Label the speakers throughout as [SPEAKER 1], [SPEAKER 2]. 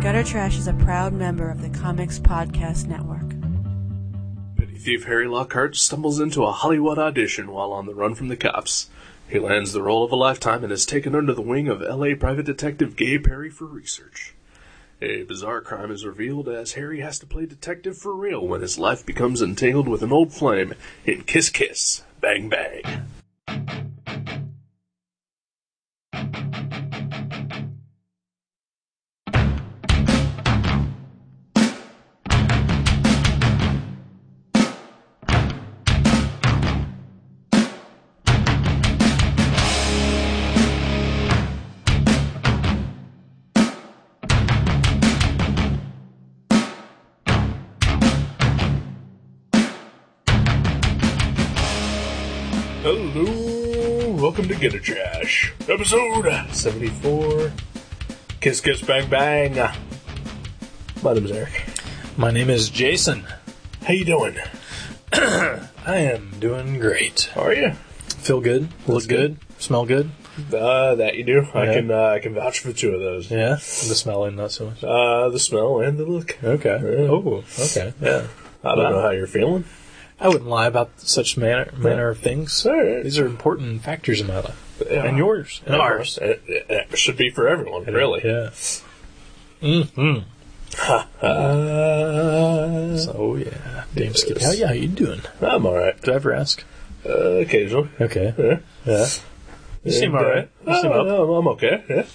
[SPEAKER 1] Gutter Trash is a proud member of the Comics Podcast Network.
[SPEAKER 2] Petty thief Harry Lockhart stumbles into a Hollywood audition while on the run from the cops. He lands the role of a lifetime and is taken under the wing of LA private detective Gay Perry for research. A bizarre crime is revealed as Harry has to play detective for real when his life becomes entangled with an old flame in Kiss Kiss, Bang Bang. Hello, welcome to Get a Trash, episode 74. Kiss Kiss Bang Bang. My name is Eric.
[SPEAKER 3] My name is Jason.
[SPEAKER 2] How you doing?
[SPEAKER 3] I am doing great.
[SPEAKER 2] How are you?
[SPEAKER 3] Feel good, look good, smell good.
[SPEAKER 2] Uh, that you do. I
[SPEAKER 3] Yeah.
[SPEAKER 2] can uh, I can vouch for two of those.
[SPEAKER 3] Yeah, the smelling not so much.
[SPEAKER 2] Uh, the smell and the look.
[SPEAKER 3] Okay.
[SPEAKER 2] Yeah.
[SPEAKER 3] Oh, okay. Yeah.
[SPEAKER 2] I don't know how you're feeling.
[SPEAKER 3] I wouldn't lie about such manner manner of things.
[SPEAKER 2] All right.
[SPEAKER 3] These are important factors in my life
[SPEAKER 2] Yeah.
[SPEAKER 3] and yours and
[SPEAKER 2] Yeah.
[SPEAKER 3] ours.
[SPEAKER 2] It, it- it should be for everyone, really.
[SPEAKER 3] Yeah. Mm-hmm.
[SPEAKER 2] Uh,
[SPEAKER 3] So yeah, damn Skip.
[SPEAKER 2] Yes.
[SPEAKER 3] How yeah, how you doing?
[SPEAKER 2] I'm all right.
[SPEAKER 3] Did I ever ask?
[SPEAKER 2] Uh, occasionally.
[SPEAKER 3] Okay.
[SPEAKER 2] Yeah.
[SPEAKER 3] Yeah. You seem
[SPEAKER 2] And,
[SPEAKER 3] all right.
[SPEAKER 2] uh,
[SPEAKER 3] You seem
[SPEAKER 2] oh,
[SPEAKER 3] up.
[SPEAKER 2] no, I'm okay. Yeah.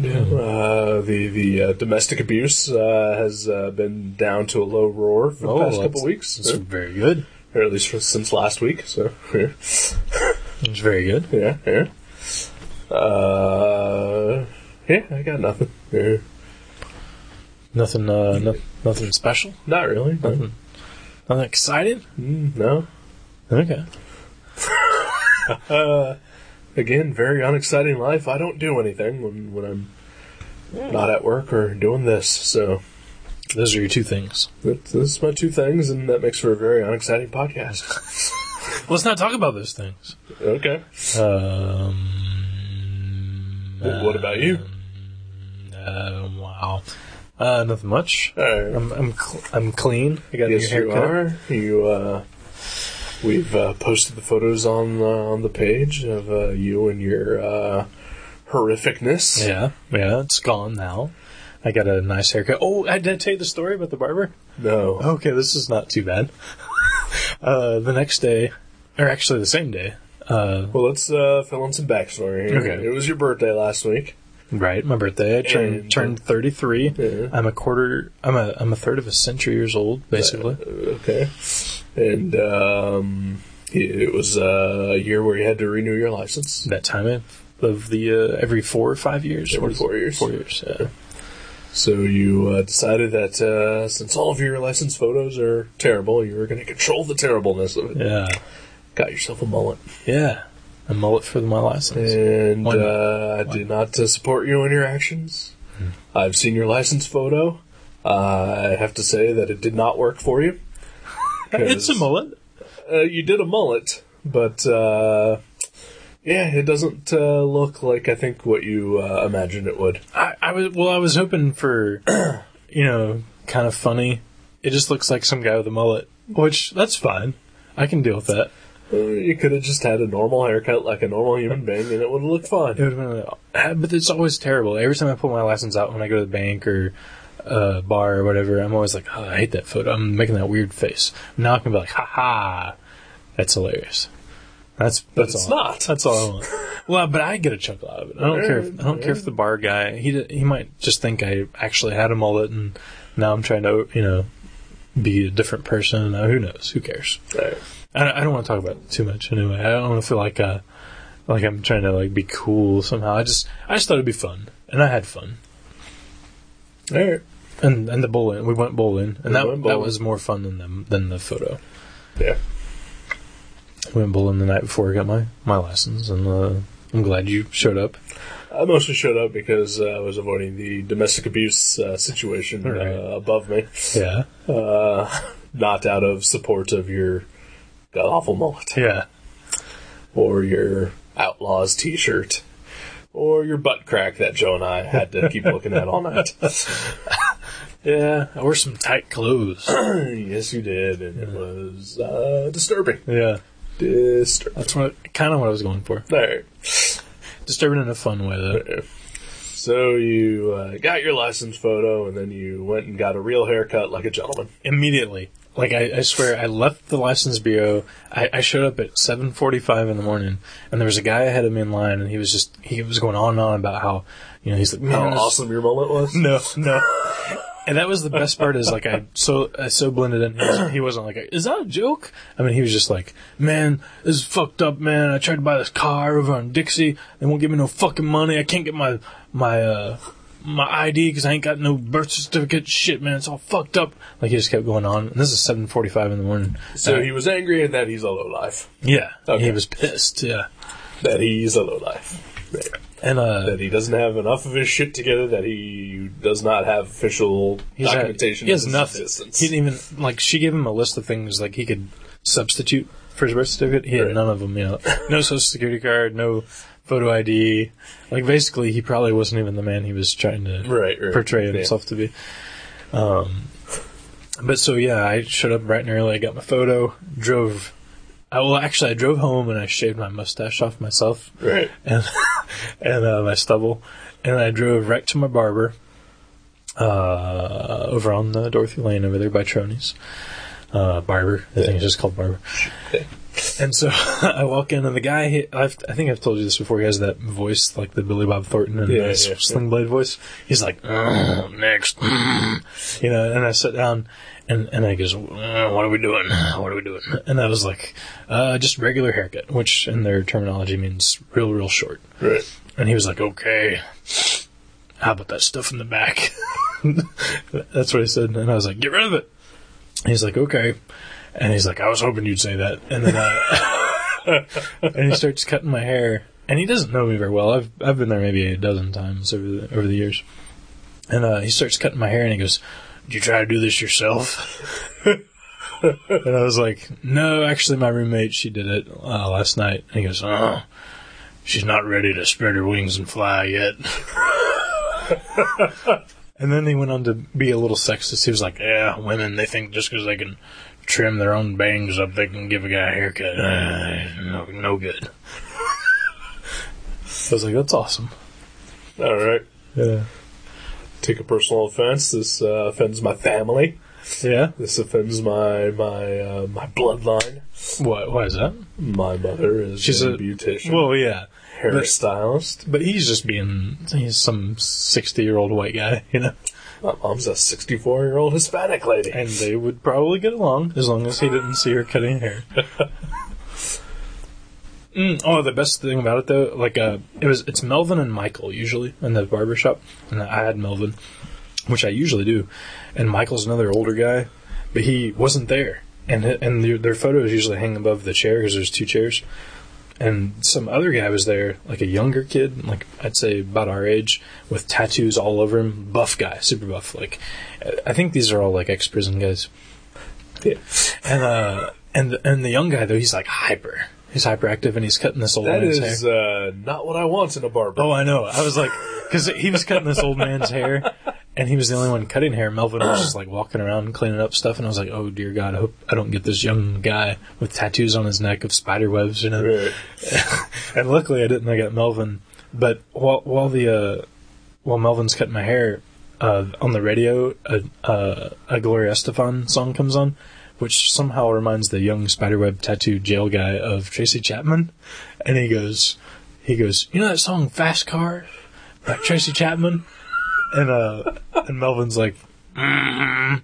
[SPEAKER 3] Yeah.
[SPEAKER 2] Uh, the the uh, domestic abuse uh, has uh, been down to a low roar for the
[SPEAKER 3] Oh,
[SPEAKER 2] past couple
[SPEAKER 3] that's-
[SPEAKER 2] weeks,
[SPEAKER 3] It's
[SPEAKER 2] yeah.
[SPEAKER 3] very good.
[SPEAKER 2] or at least for, since last week. So yeah,
[SPEAKER 3] It's very good.
[SPEAKER 2] yeah, yeah. Uh, yeah, I got nothing. Yeah.
[SPEAKER 3] Nothing. Uh, no, nothing special.
[SPEAKER 2] Not really. no.
[SPEAKER 3] Nothing. Nothing exciting.
[SPEAKER 2] Mm, no.
[SPEAKER 3] Okay.
[SPEAKER 2] Again, very unexciting life. I don't do anything when when I'm not at work or doing this. So
[SPEAKER 3] Those are your two things.
[SPEAKER 2] that's, that's my two things, and that makes for a very unexciting podcast.
[SPEAKER 3] Let's not talk about those things.
[SPEAKER 2] okay.
[SPEAKER 3] Um,
[SPEAKER 2] Well, what about you?
[SPEAKER 3] uh, wow. Uh, nothing much.
[SPEAKER 2] Uh,
[SPEAKER 3] I'm I'm cl- I'm clean. I got
[SPEAKER 2] Yes,
[SPEAKER 3] a new
[SPEAKER 2] you
[SPEAKER 3] haircut.
[SPEAKER 2] are. You, uh, we've uh, posted the photos on uh, on the page of uh, you and your uh, horrificness.
[SPEAKER 3] Yeah, yeah. It's gone now. I got a nice haircut. Oh, I did I tell you the story about the barber.
[SPEAKER 2] No.
[SPEAKER 3] Okay, this is not too bad. uh, the next day, or actually the same day. Uh,
[SPEAKER 2] Well, let's uh, fill in some backstory. here.
[SPEAKER 3] Okay.
[SPEAKER 2] It was your birthday last week.
[SPEAKER 3] Right, my birthday. I turned
[SPEAKER 2] And- uh,
[SPEAKER 3] turned thirty three.
[SPEAKER 2] Yeah.
[SPEAKER 3] I'm a quarter. I'm a I'm a third of a century years old, basically.
[SPEAKER 2] Uh, Okay. And um, it was uh, a year where you had to renew your license.
[SPEAKER 3] that time of, of the uh, every four or five years.
[SPEAKER 2] Every
[SPEAKER 3] What is
[SPEAKER 2] four
[SPEAKER 3] it?
[SPEAKER 2] years.
[SPEAKER 3] Four years. Yeah.
[SPEAKER 2] So you uh, decided that uh, since all of your license photos are terrible, you were going to control the terribleness of it.
[SPEAKER 3] Yeah.
[SPEAKER 2] Got yourself a mullet.
[SPEAKER 3] Yeah. A mullet for my license.
[SPEAKER 2] And
[SPEAKER 3] One-
[SPEAKER 2] uh, I do not uh, support you in your actions. I've seen your license photo. Uh, I have to say that it did not work for you. 'Cause,
[SPEAKER 3] It's a mullet.
[SPEAKER 2] Uh, you did a mullet, but uh, yeah, it doesn't uh, look like I think what you uh, imagined it would.
[SPEAKER 3] I, I was well. I was hoping for, you know, kind of funny. It just looks like some guy with a mullet, which that's fine. I can deal with that.
[SPEAKER 2] Uh, You could have just had a normal haircut like a normal human being, and it would have looked
[SPEAKER 3] It
[SPEAKER 2] fine.
[SPEAKER 3] would have been, uh, but it's always terrible. Every time I pull my license out when I go to the bank or uh, bar or whatever, I'm always like, oh, I hate that photo. I'm making that weird face. Now I can be like, ha ha, that's hilarious. That's
[SPEAKER 2] But
[SPEAKER 3] that's
[SPEAKER 2] it's
[SPEAKER 3] all.
[SPEAKER 2] not.
[SPEAKER 3] That's all I want. well, but I get a chuckle out of it. I don't care. If, I don't care if the bar guy he d- he might just think I actually had a mullet and now I'm trying to you know be a different person. Uh, who knows? Who cares?
[SPEAKER 2] Right.
[SPEAKER 3] I don't, I don't want to talk about it too much anyway. I don't want to feel like uh, like I'm trying to like be cool somehow. I just I just thought it'd be fun, and I had fun.
[SPEAKER 2] All right.
[SPEAKER 3] And and the bowling, we went bowling, and
[SPEAKER 2] We
[SPEAKER 3] that
[SPEAKER 2] went
[SPEAKER 3] that
[SPEAKER 2] bowling.
[SPEAKER 3] was more fun than the than the photo.
[SPEAKER 2] Yeah.
[SPEAKER 3] We went bowling the night before I got my my license, and uh, I'm glad you showed up.
[SPEAKER 2] I mostly showed up because uh, I was avoiding the domestic abuse uh, situation
[SPEAKER 3] Right.
[SPEAKER 2] uh, above me.
[SPEAKER 3] Yeah,
[SPEAKER 2] uh, not out of support of your god awful mullet
[SPEAKER 3] yeah.
[SPEAKER 2] or your outlaws t-shirt
[SPEAKER 4] Or your butt crack that Joe and I had to keep looking at all night.
[SPEAKER 3] Yeah, I wore some tight clothes.
[SPEAKER 4] yes, you did, and it was uh, disturbing.
[SPEAKER 3] yeah,
[SPEAKER 4] Disturbing.
[SPEAKER 3] that's what kind of what I was going for.
[SPEAKER 4] There.
[SPEAKER 3] Disturbing in a fun way, though.
[SPEAKER 4] So you uh, got your license photo, and then you went and got a real haircut like a gentleman.
[SPEAKER 3] Immediately, like I, I swear, I left the license bureau. I, I showed up at seven forty-five in the morning, and there was a guy ahead of me in line, and he was just he was going on and on about how you know he's like,
[SPEAKER 4] How
[SPEAKER 3] "Man, this-
[SPEAKER 4] awesome your mullet was.
[SPEAKER 3] No, no. And that was the best part is like I so I so blended in. He wasn't, he wasn't like, is that a joke? I mean, he was just like, man, this is fucked up, man. I tried to buy this car over on Dixie. They won't give me no fucking money. I can't get my my uh my ID because I ain't got no birth certificate. Shit, man, it's all fucked up. Like he just kept going on. And this is seven forty five in the morning.
[SPEAKER 4] So
[SPEAKER 3] Uh,
[SPEAKER 4] he was angry at that he's a lowlife.
[SPEAKER 3] yeah,
[SPEAKER 4] Okay.
[SPEAKER 3] he was pissed. Yeah,
[SPEAKER 4] That he's a lowlife. There.
[SPEAKER 3] and uh,
[SPEAKER 4] That he doesn't have enough of his shit together. That he does not have official
[SPEAKER 3] He's had-
[SPEAKER 4] documentation.
[SPEAKER 3] He has
[SPEAKER 4] of his
[SPEAKER 3] nothing.
[SPEAKER 4] existence.
[SPEAKER 3] He didn't even like. She gave him a list of things like he could substitute for his birth certificate. He had
[SPEAKER 4] Right.
[SPEAKER 3] none of them. You know, no social security card, no photo ID. Like basically, he probably wasn't even the man he was trying to
[SPEAKER 4] Right, right.
[SPEAKER 3] portray
[SPEAKER 4] Yeah.
[SPEAKER 3] himself to be. Um, but so yeah, I showed up bright and early. I got my photo. Drove. I, well, actually, I drove home and I shaved my mustache off myself
[SPEAKER 4] Right.
[SPEAKER 3] and and uh, my stubble, and I drove right to my barber uh, over on the Dorothy Lane over there by Tronies. Uh, barber, I think it's just called barber. And so I walk in, and the guy, he, I've, I think I've told you this before. He has that voice like the Billy Bob Thornton and
[SPEAKER 4] Yeah,
[SPEAKER 3] his
[SPEAKER 4] yeah, yeah.
[SPEAKER 3] Sling Blade voice. He's like, "Ugh, next, mm." you know. And I sit down, and and I goes, "Uh, what are we doing? What are we doing? And I was like, uh, just regular haircut, which in their terminology means real, real short.
[SPEAKER 4] Right.
[SPEAKER 3] And he was like, okay, how about that stuff in the back? That's what he said. And I was like, get rid of it. And he's like, okay. And he's like, I was hoping you'd say that. And then I, and he starts cutting my hair. And he doesn't know me very well. I've, I've been there maybe a dozen times over the, over the years. And uh, he starts cutting my hair and he goes, Did you try to do this yourself? and I was like, No, actually, my roommate, she did it uh, last night. And he goes, Oh, she's not ready to spread her wings and fly yet. and then he went on to be a little sexist. He was like, Yeah, women, they think just because they can trim their own bangs up, they can give a guy a haircut. Uh, no, no good. I was like, That's awesome.
[SPEAKER 4] All right.
[SPEAKER 3] Yeah.
[SPEAKER 4] Take a personal offense. This uh, offends my family.
[SPEAKER 3] Yeah.
[SPEAKER 4] This offends my my uh, my bloodline.
[SPEAKER 3] What? Why is that?
[SPEAKER 4] My mother is
[SPEAKER 3] She's
[SPEAKER 4] a,
[SPEAKER 3] a-
[SPEAKER 4] beautician,
[SPEAKER 3] Well, yeah,
[SPEAKER 4] hairstylist.
[SPEAKER 3] but he's just being—he's some sixty-year-old white guy, you know.
[SPEAKER 4] My mom's a 64 year old Hispanic lady.
[SPEAKER 3] And they would probably get along as long as he didn't see her cutting hair. mm, oh, the best thing about it though, like uh, it was—it's Melvin and Michael usually in the barber shop, and I had Melvin, which I usually do, and Michael's another older guy, but he wasn't there, and and their, their photos usually hang above the chair because there's two chairs. and some other guy was there, like a younger kid, like I'd say about our age, with tattoos all over him, buff guy, super buff. Like, I think these are all like ex-prison guys.
[SPEAKER 4] Yeah.
[SPEAKER 3] And uh, and and the young guy though, he's like hyper. He's hyperactive, and he's cutting this old
[SPEAKER 4] That
[SPEAKER 3] man's
[SPEAKER 4] is
[SPEAKER 3] hair.
[SPEAKER 4] uh, not what I want in a barber.
[SPEAKER 3] Oh, I know. I was like, because he was cutting this old man's hair, and he was the only one cutting hair. Melvin was just like walking around and cleaning up stuff, and I was like, oh dear God, I hope I don't get this young guy with tattoos on his neck of spider webs, you know.
[SPEAKER 4] Right.
[SPEAKER 3] and luckily I didn't. I got Melvin. But while while the uh, while Melvin's cutting my hair, uh, on the radio, a, a, a Gloria Estefan song comes on, which somehow reminds the young spiderweb tattooed jail guy of Tracy Chapman, and he goes, he goes, you know that song Fast Car by Tracy Chapman, and uh, and Melvin's like. "Mm."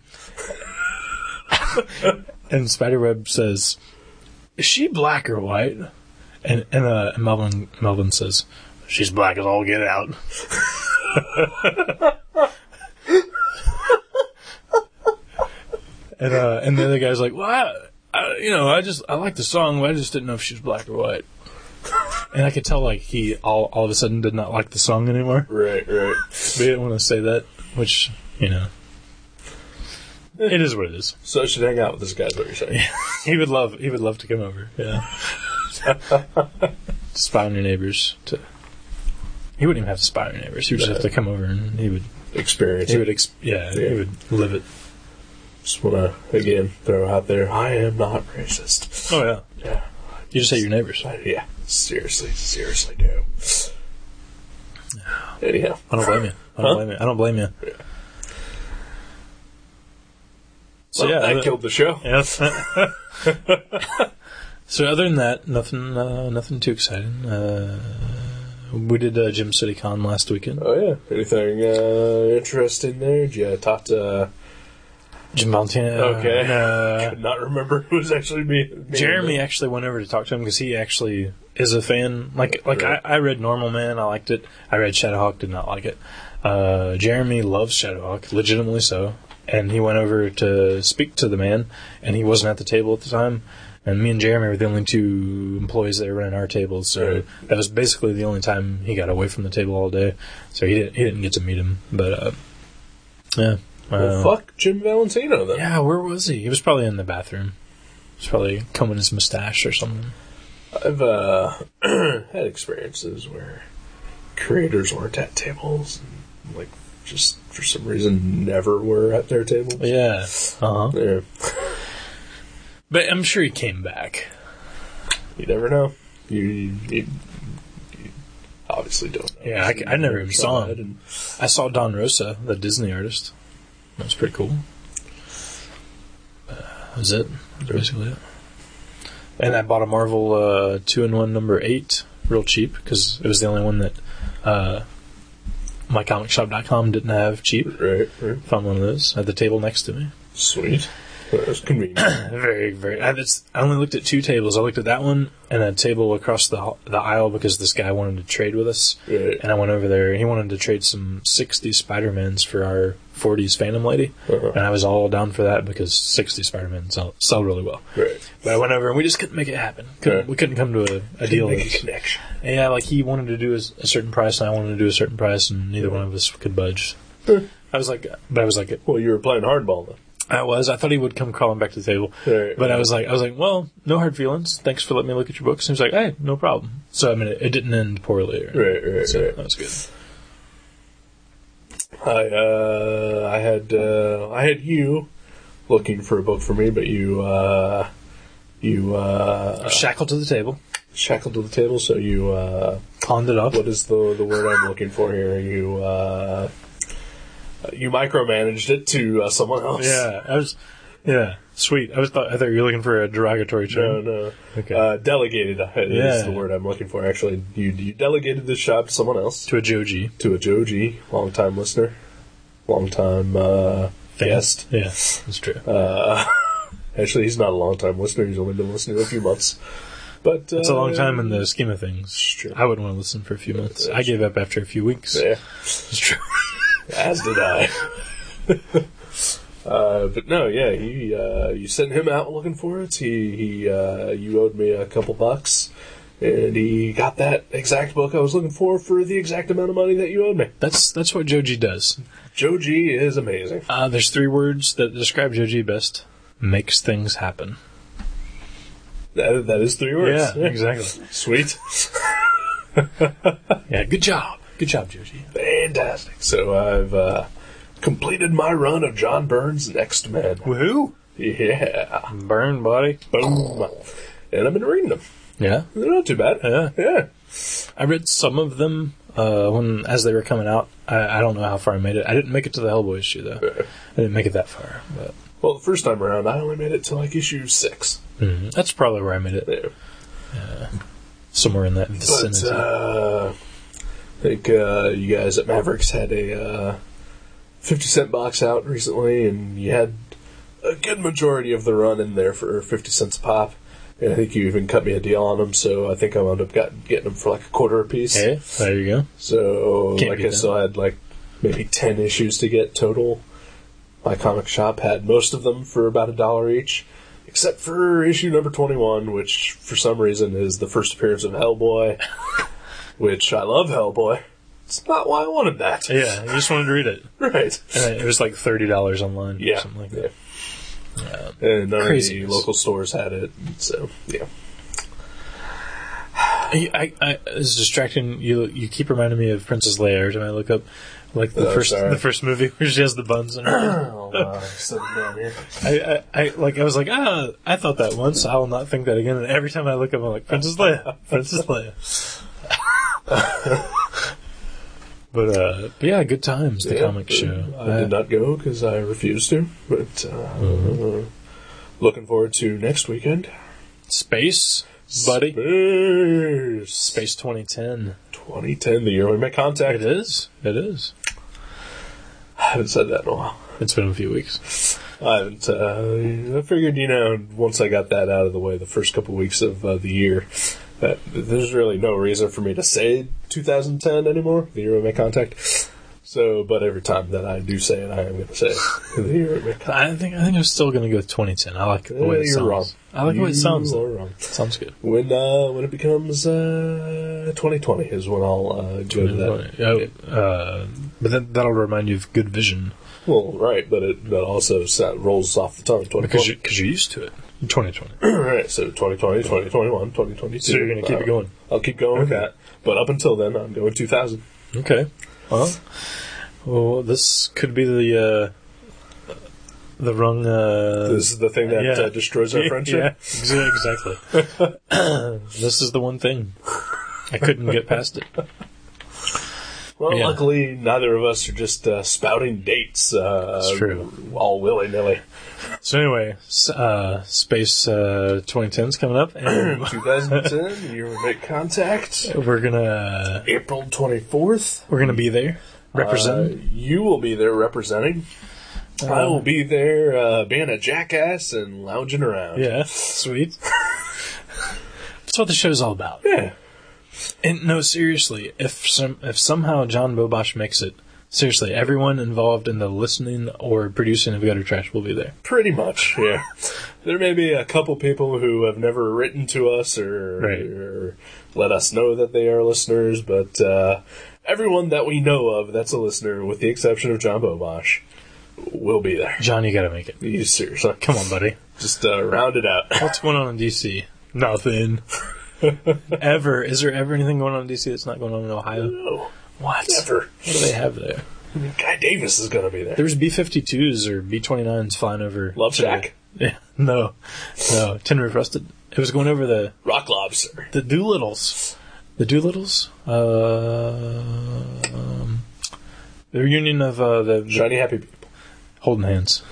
[SPEAKER 3] and Spiderweb says, "Is she black or white?" And and uh, Melvin Melvin says, "She's black as all get out." and uh, and the other guy's like, "Well, I, I, you know, I just I like the song, but I just didn't know if she was black or white." And I could tell like he all all of a sudden did not like the song anymore.
[SPEAKER 4] Right, right.
[SPEAKER 3] But he didn't want to say that, which you know, it is what it is.
[SPEAKER 4] So I should hang out with this guy, is what you're saying.
[SPEAKER 3] He would love he would love to come over. Yeah, just find your neighbors to He wouldn't even have to spy on your neighbors. He would just have to come over and he would.
[SPEAKER 2] Experience.
[SPEAKER 3] He
[SPEAKER 2] it.
[SPEAKER 3] would. Ex- yeah,
[SPEAKER 2] Yeah.
[SPEAKER 3] He would live it.
[SPEAKER 2] Just want to again throw out there, I am not racist.
[SPEAKER 3] Oh yeah.
[SPEAKER 2] Yeah,
[SPEAKER 3] You just hate your neighbors.
[SPEAKER 2] I- yeah. Seriously, seriously, do. Anyhow,
[SPEAKER 3] I don't blame you. I don't
[SPEAKER 2] Huh?
[SPEAKER 3] blame you. I don't blame you. So
[SPEAKER 2] well,
[SPEAKER 3] yeah,
[SPEAKER 2] that
[SPEAKER 3] other-
[SPEAKER 2] killed the show.
[SPEAKER 3] Yes. so other than that, nothing, uh, nothing too exciting. Uh, we did uh, Gym City Con last weekend.
[SPEAKER 2] Oh yeah, anything uh, interesting there? Did you talk to? Uh,
[SPEAKER 3] Jim Valentino.
[SPEAKER 2] Okay.
[SPEAKER 3] uh,
[SPEAKER 2] not remember who was actually me. me-
[SPEAKER 3] Jeremy actually went over to talk to him because he actually is a fan. Like, like
[SPEAKER 2] Right.
[SPEAKER 3] I, I read Normal Man, I liked it. I read Shadowhawk, did not like it. Uh, Jeremy loves Shadowhawk, legitimately so. And he went over to speak to the man, and he wasn't at the table at the time. And me and Jeremy were the only two employees that were running our tables, so
[SPEAKER 2] Right.
[SPEAKER 3] that was basically the only time he got away from the table all day. So he didn't he didn't get to meet him, but uh, yeah.
[SPEAKER 2] Well,
[SPEAKER 3] Uh,
[SPEAKER 2] fuck Jim Valentino then.
[SPEAKER 3] yeah, where was he? He was probably in the bathroom. He's probably combing his mustache or something.
[SPEAKER 2] I've uh, had experiences where creators weren't at tables, and, like just for some reason never were at their table.
[SPEAKER 3] Yeah. Uh huh.
[SPEAKER 2] Yeah,
[SPEAKER 3] But I'm sure he came back.
[SPEAKER 2] you never know. You, you, you obviously don't. know.
[SPEAKER 3] Yeah, I c- I never even saw him.
[SPEAKER 2] And
[SPEAKER 3] I saw Don Rosa, the Disney artist. That was pretty cool. Uh, that was it. That's basically it. And I bought a Marvel uh, 2 in 1 number 8 real cheap because it was the only one that uh, mycomicshop.com didn't have cheap.
[SPEAKER 2] Right, right.
[SPEAKER 3] Found one of those at the table next to me.
[SPEAKER 2] Sweet. That was convenient.
[SPEAKER 3] Very, very. I, just, I only looked at two tables. I looked at that one and a table across the ho- the aisle because this guy wanted to trade with us,
[SPEAKER 2] Right.
[SPEAKER 3] and I went over there. and He wanted to trade some '60s Spider Mans for our '40s Phantom Lady,
[SPEAKER 2] Uh-huh.
[SPEAKER 3] and I was all down for that because '60s Spider Man sell, sell really well.
[SPEAKER 2] Right.
[SPEAKER 3] But I went over and we just couldn't make it happen. Couldn't,
[SPEAKER 2] Yeah.
[SPEAKER 3] We couldn't come to a, a deal.
[SPEAKER 2] Make a connection.
[SPEAKER 3] Yeah, like he wanted to do a, a certain price, and I wanted to do a certain price, and neither one of us could budge.
[SPEAKER 2] Huh.
[SPEAKER 3] I was like, but I was like,
[SPEAKER 2] Well, you were playing hardball then.
[SPEAKER 3] I was. I thought he would come crawling back to the table,
[SPEAKER 2] Right.
[SPEAKER 3] but I was like, I was like, well, no hard feelings. Thanks for letting me look at your books. And he was like, hey, no problem. So I mean, it, it didn't end poorly.
[SPEAKER 2] Right, right,
[SPEAKER 3] so
[SPEAKER 2] right.
[SPEAKER 3] That was good.
[SPEAKER 2] I uh, I had uh, I had you looking for a book for me, but you uh, you uh,
[SPEAKER 3] Shackled to the table,
[SPEAKER 2] shackled to the table. So you uh,
[SPEAKER 3] pawned it off.
[SPEAKER 2] what is the the word I'm looking for here? You uh, you micromanaged it to uh, someone else.
[SPEAKER 3] Yeah, I was. Yeah, sweet. I was thought I thought you were looking for a derogatory
[SPEAKER 2] No,
[SPEAKER 3] term.
[SPEAKER 2] no.
[SPEAKER 3] Okay.
[SPEAKER 2] Uh, delegated uh, is
[SPEAKER 3] Yeah.
[SPEAKER 2] the word I'm looking for. Actually, you you delegated this job to someone else,
[SPEAKER 3] To a Joji
[SPEAKER 2] to a Joji, long time listener, long time uh, guest.
[SPEAKER 3] Yeah, that's true.
[SPEAKER 2] Uh, Actually, he's not a long time listener. He's only been listening for a few months. But uh,
[SPEAKER 3] It's a long time in the scheme of things.
[SPEAKER 2] Sure.
[SPEAKER 3] I wouldn't want to listen for a few months. I gave up after a few weeks.
[SPEAKER 2] Yeah,
[SPEAKER 3] It's true.
[SPEAKER 2] as did I. uh, but no, yeah, he uh, you sent him out looking for it. He he uh, you owed me a couple bucks, and he got that exact book I was looking for for the exact amount of money that you owed me.
[SPEAKER 3] That's that's what Joji does.
[SPEAKER 2] Joji is amazing.
[SPEAKER 3] Uh, there's three words that describe Joji best. Makes things happen.
[SPEAKER 2] That, that is three words.
[SPEAKER 3] exactly.
[SPEAKER 2] Sweet.
[SPEAKER 3] Yeah, good job. Good job, Joji.
[SPEAKER 2] Fantastic. So I've uh, completed my run of John Burns' Next Men.
[SPEAKER 3] Woohoo!
[SPEAKER 2] Yeah.
[SPEAKER 3] Burn, buddy.
[SPEAKER 2] Boom. And I've been reading them.
[SPEAKER 3] Yeah.
[SPEAKER 2] They're not too bad.
[SPEAKER 3] Yeah.
[SPEAKER 2] Yeah.
[SPEAKER 3] I read some of them uh, when as they were coming out. I, I don't know how far I made it. I didn't make it to the Hellboy issue though. I didn't make it that far, but
[SPEAKER 2] Well, the first time around, I only made it to like issue six.
[SPEAKER 3] mm, that's probably where I made it. Uh,
[SPEAKER 2] Yeah.
[SPEAKER 3] Somewhere in that
[SPEAKER 2] But
[SPEAKER 3] vicinity.
[SPEAKER 2] uh, I think uh, you guys at Mavericks had a uh, 50 cent box out recently, and you had a good majority of the run in there for 50 cents a pop. And I think you even cut me a deal on them, so I think I wound up got, getting them for like a quarter a piece.
[SPEAKER 3] hey, there you go.
[SPEAKER 2] So,
[SPEAKER 3] Can't
[SPEAKER 2] like,
[SPEAKER 3] beat
[SPEAKER 2] I
[SPEAKER 3] that.
[SPEAKER 2] still had like maybe ten issues to get total. My comic shop had most of them for about a dollar each, except for issue number twenty-one, which for some reason is the first appearance of Hellboy, which I love Hellboy. It's not why I wanted that,
[SPEAKER 3] Yeah, I just wanted to read it.
[SPEAKER 2] right?
[SPEAKER 3] And it was like thirty dollars online or
[SPEAKER 2] Yeah,
[SPEAKER 3] something like that.
[SPEAKER 2] yeah. and none of the
[SPEAKER 3] Craziness.
[SPEAKER 2] local stores had it, so yeah.
[SPEAKER 3] I, I, I was distracting you. You keep reminding me of Princess Leia every time I look up, like the
[SPEAKER 2] Oh,
[SPEAKER 3] first
[SPEAKER 2] sorry.
[SPEAKER 3] the first movie where she has the buns. In her.
[SPEAKER 2] Oh, wow. Sitting down here.
[SPEAKER 3] I, I, I like I was like ah, I thought that once. I will not think that again. And every time I look up, I'm like Princess Leia, Princess Leia. but uh, but yeah, good times. The
[SPEAKER 2] Yeah,
[SPEAKER 3] comic
[SPEAKER 2] but
[SPEAKER 3] show. Uh,
[SPEAKER 2] I did not go because I refused to, but uh,
[SPEAKER 3] Mm-hmm.
[SPEAKER 2] looking forward to next weekend.
[SPEAKER 3] Space, buddy.
[SPEAKER 2] Space.
[SPEAKER 3] Space 2010.
[SPEAKER 2] 2010, the year we made
[SPEAKER 3] It
[SPEAKER 2] contact.
[SPEAKER 3] is. It is.
[SPEAKER 2] I haven't said that in a while.
[SPEAKER 3] It's been a few weeks.
[SPEAKER 2] I haven't. Uh, I figured, you know, once I got that out of the way, the first couple weeks of uh, the year, that there's really no reason for me to say 2010 anymore. The year we made contact. So, but every time that I do say it, I am going to say it. the year we made contact.
[SPEAKER 3] I think I think I'm still gonna go with 2010. I like the way it
[SPEAKER 2] you're
[SPEAKER 3] sounds.
[SPEAKER 2] wrong.
[SPEAKER 3] I like the way it
[SPEAKER 2] You
[SPEAKER 3] sounds.
[SPEAKER 2] are
[SPEAKER 3] though.
[SPEAKER 2] wrong.
[SPEAKER 3] Sounds good.
[SPEAKER 2] When uh, when it becomes uh, 2020 is when I'll uh, go to that.
[SPEAKER 3] Oh, uh, but then that'll remind you of good vision
[SPEAKER 2] Well, right, but it that also sa- rolls off the tongue. 2020.
[SPEAKER 3] because you because you're used to it. 2020.
[SPEAKER 2] right, so 2020, 2021, 2022.
[SPEAKER 3] So you're gonna keep it going.
[SPEAKER 2] Uh, I'll keep going with that. But up until then, I'm going 2000.
[SPEAKER 3] Okay. Well, well, this could be the uh, the wrong. Uh,
[SPEAKER 2] This is the thing that
[SPEAKER 3] yeah.
[SPEAKER 2] uh, destroys our
[SPEAKER 3] Yeah,
[SPEAKER 2] friendship.
[SPEAKER 3] exa- exactly. this is the one thing I couldn't get past it.
[SPEAKER 2] Well,
[SPEAKER 3] Yeah.
[SPEAKER 2] luckily, neither of us are just uh, spouting dates uh,
[SPEAKER 3] It's true.
[SPEAKER 2] all willy nilly.
[SPEAKER 3] Um, So anyway, s- uh, space uh, 2010's coming up, and
[SPEAKER 2] 2010, the year we make contact.
[SPEAKER 3] we're gonna
[SPEAKER 2] April 24th.
[SPEAKER 3] we're gonna be there represent.
[SPEAKER 2] Uh, you will be there representing.
[SPEAKER 3] Uh,
[SPEAKER 2] I will be there uh, being a jackass and lounging around.
[SPEAKER 3] yeah, sweet. That's what the show's all about.
[SPEAKER 2] Yeah.
[SPEAKER 3] And no, seriously, if some if somehow John Bobosh makes it, seriously, everyone involved in the listening or producing of Gutter Trash will be there.
[SPEAKER 2] Pretty much, yeah. there may be a couple people who have never written to us or,
[SPEAKER 3] Right.
[SPEAKER 2] or let us know that they are listeners, but uh, everyone that we know of that's a listener, with the exception of John Bobosh, will be there.
[SPEAKER 3] John, you gotta make it.
[SPEAKER 2] You seriously,
[SPEAKER 3] Come on, buddy.
[SPEAKER 2] just uh, round it out.
[SPEAKER 3] What's going on in DC? Nothing. ever. Is there ever anything going on in DC that's not going on in Ohio?
[SPEAKER 2] no,
[SPEAKER 3] What?
[SPEAKER 2] never.
[SPEAKER 3] What do they have there?
[SPEAKER 2] Guy Davis is going to be there.
[SPEAKER 3] There's B 52s or B 29s flying over.
[SPEAKER 2] Lovesack.
[SPEAKER 3] Yeah. No. No. Tin Roof Rusted. It was going over the,
[SPEAKER 2] Rock Lobster.
[SPEAKER 3] the Doolittles. The Doolittles? Uh, um, the reunion of uh, the, the-
[SPEAKER 2] Shiny Happy People.
[SPEAKER 3] Holding Hands.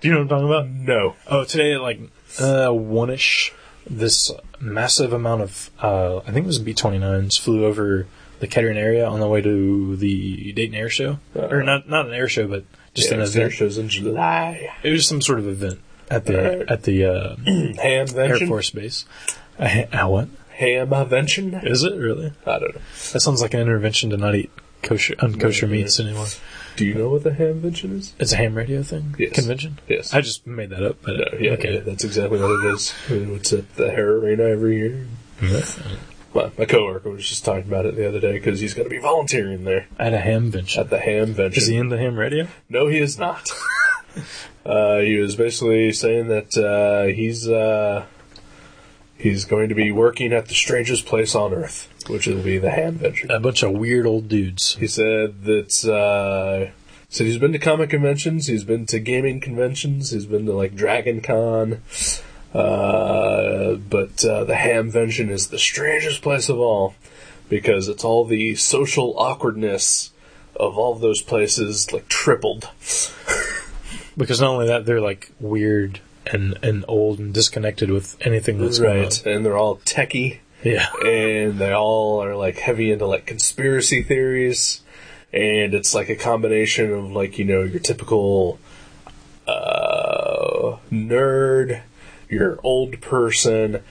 [SPEAKER 3] Do you know what I'm talking about?
[SPEAKER 2] No.
[SPEAKER 3] Oh, today at like uh, one ish, this massive amount of uh, I think it was B twenty nines flew over the Kettering area on the way to the Dayton Air Show, or not not an air show, but just
[SPEAKER 2] Yeah,
[SPEAKER 3] an
[SPEAKER 2] it's their
[SPEAKER 3] event.
[SPEAKER 2] shows in July.
[SPEAKER 3] It was some sort of event at the
[SPEAKER 2] Alright.
[SPEAKER 3] at the uh, Air
[SPEAKER 2] Hamvention.
[SPEAKER 3] Force Base. Uh, uh, what
[SPEAKER 2] Hamvention.
[SPEAKER 3] is it really?
[SPEAKER 2] I don't know.
[SPEAKER 3] That sounds like an intervention to not eat kosher unkosher meats anymore.
[SPEAKER 2] Do you know what the hamvention is?
[SPEAKER 3] It's a ham radio thing
[SPEAKER 2] Yes.
[SPEAKER 3] convention.
[SPEAKER 2] Yes.
[SPEAKER 3] I just made that up, but
[SPEAKER 2] No, yeah,
[SPEAKER 3] okay.
[SPEAKER 2] yeah, that's exactly what it is. It's at the hair arena every year. My, my coworker was just talking about it the other day because he's going to be volunteering there
[SPEAKER 3] I had a hamvention.
[SPEAKER 2] at the hamvention.
[SPEAKER 3] Is he in the ham radio?
[SPEAKER 2] No, he is not. uh, he was basically saying that uh, he's uh, he's going to be working at the strangest place on earth, which will be the hamvention.
[SPEAKER 3] A bunch of weird old dudes.
[SPEAKER 2] He said that uh, said he's been to comic conventions, he's been to gaming conventions, he's been to like Dragon Con, uh, but uh, the Hamvention is the strangest place of all because it's all the social awkwardness of all those places like tripled.
[SPEAKER 3] Because not only that, they're like weird and and old and disconnected with anything that's going on.
[SPEAKER 2] and they're all techie.
[SPEAKER 3] Yeah,
[SPEAKER 2] and they all are like heavy into like conspiracy theories and it's like a combination of like you know your typical uh, nerd your old person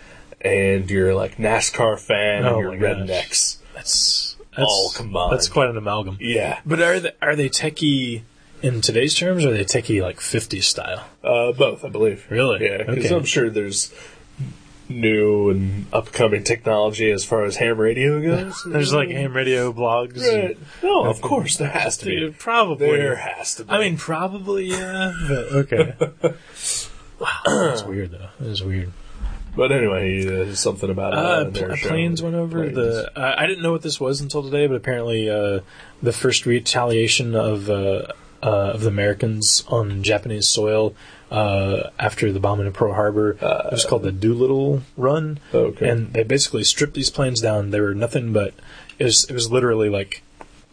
[SPEAKER 2] and your like nascar fan
[SPEAKER 3] Oh
[SPEAKER 2] and your
[SPEAKER 3] my gosh.
[SPEAKER 2] rednecks
[SPEAKER 3] that's that's
[SPEAKER 2] All combined.
[SPEAKER 3] That's quite an amalgam.
[SPEAKER 2] yeah
[SPEAKER 3] But are they, are they techie in today's terms? Or are they techie like '50s style?
[SPEAKER 2] uh, both i believe
[SPEAKER 3] Really?
[SPEAKER 2] yeah because
[SPEAKER 3] Okay.
[SPEAKER 2] i'm sure there's new and upcoming technology as far as ham radio goes
[SPEAKER 3] There's like ham radio blogs.
[SPEAKER 2] Right.
[SPEAKER 3] and-
[SPEAKER 2] no of course there has to be
[SPEAKER 3] Dude, probably.
[SPEAKER 2] there has to be
[SPEAKER 3] I mean, probably yeah. But okay. wow, that's weird though. That's weird.
[SPEAKER 2] But anyway, he, uh, something about uh,
[SPEAKER 3] Uh,
[SPEAKER 2] in their
[SPEAKER 3] pl-
[SPEAKER 2] show.
[SPEAKER 3] planes went over
[SPEAKER 2] Planes.
[SPEAKER 3] the. I I didn't know what this was until today, but apparently, uh, the first retaliation of uh, uh, of the Americans on Japanese soil uh, after the bombing of Pearl Harbor. it was called the Doolittle Run,
[SPEAKER 2] Uh, Okay.
[SPEAKER 3] and they basically stripped these planes down. They were nothing but it was. It was literally like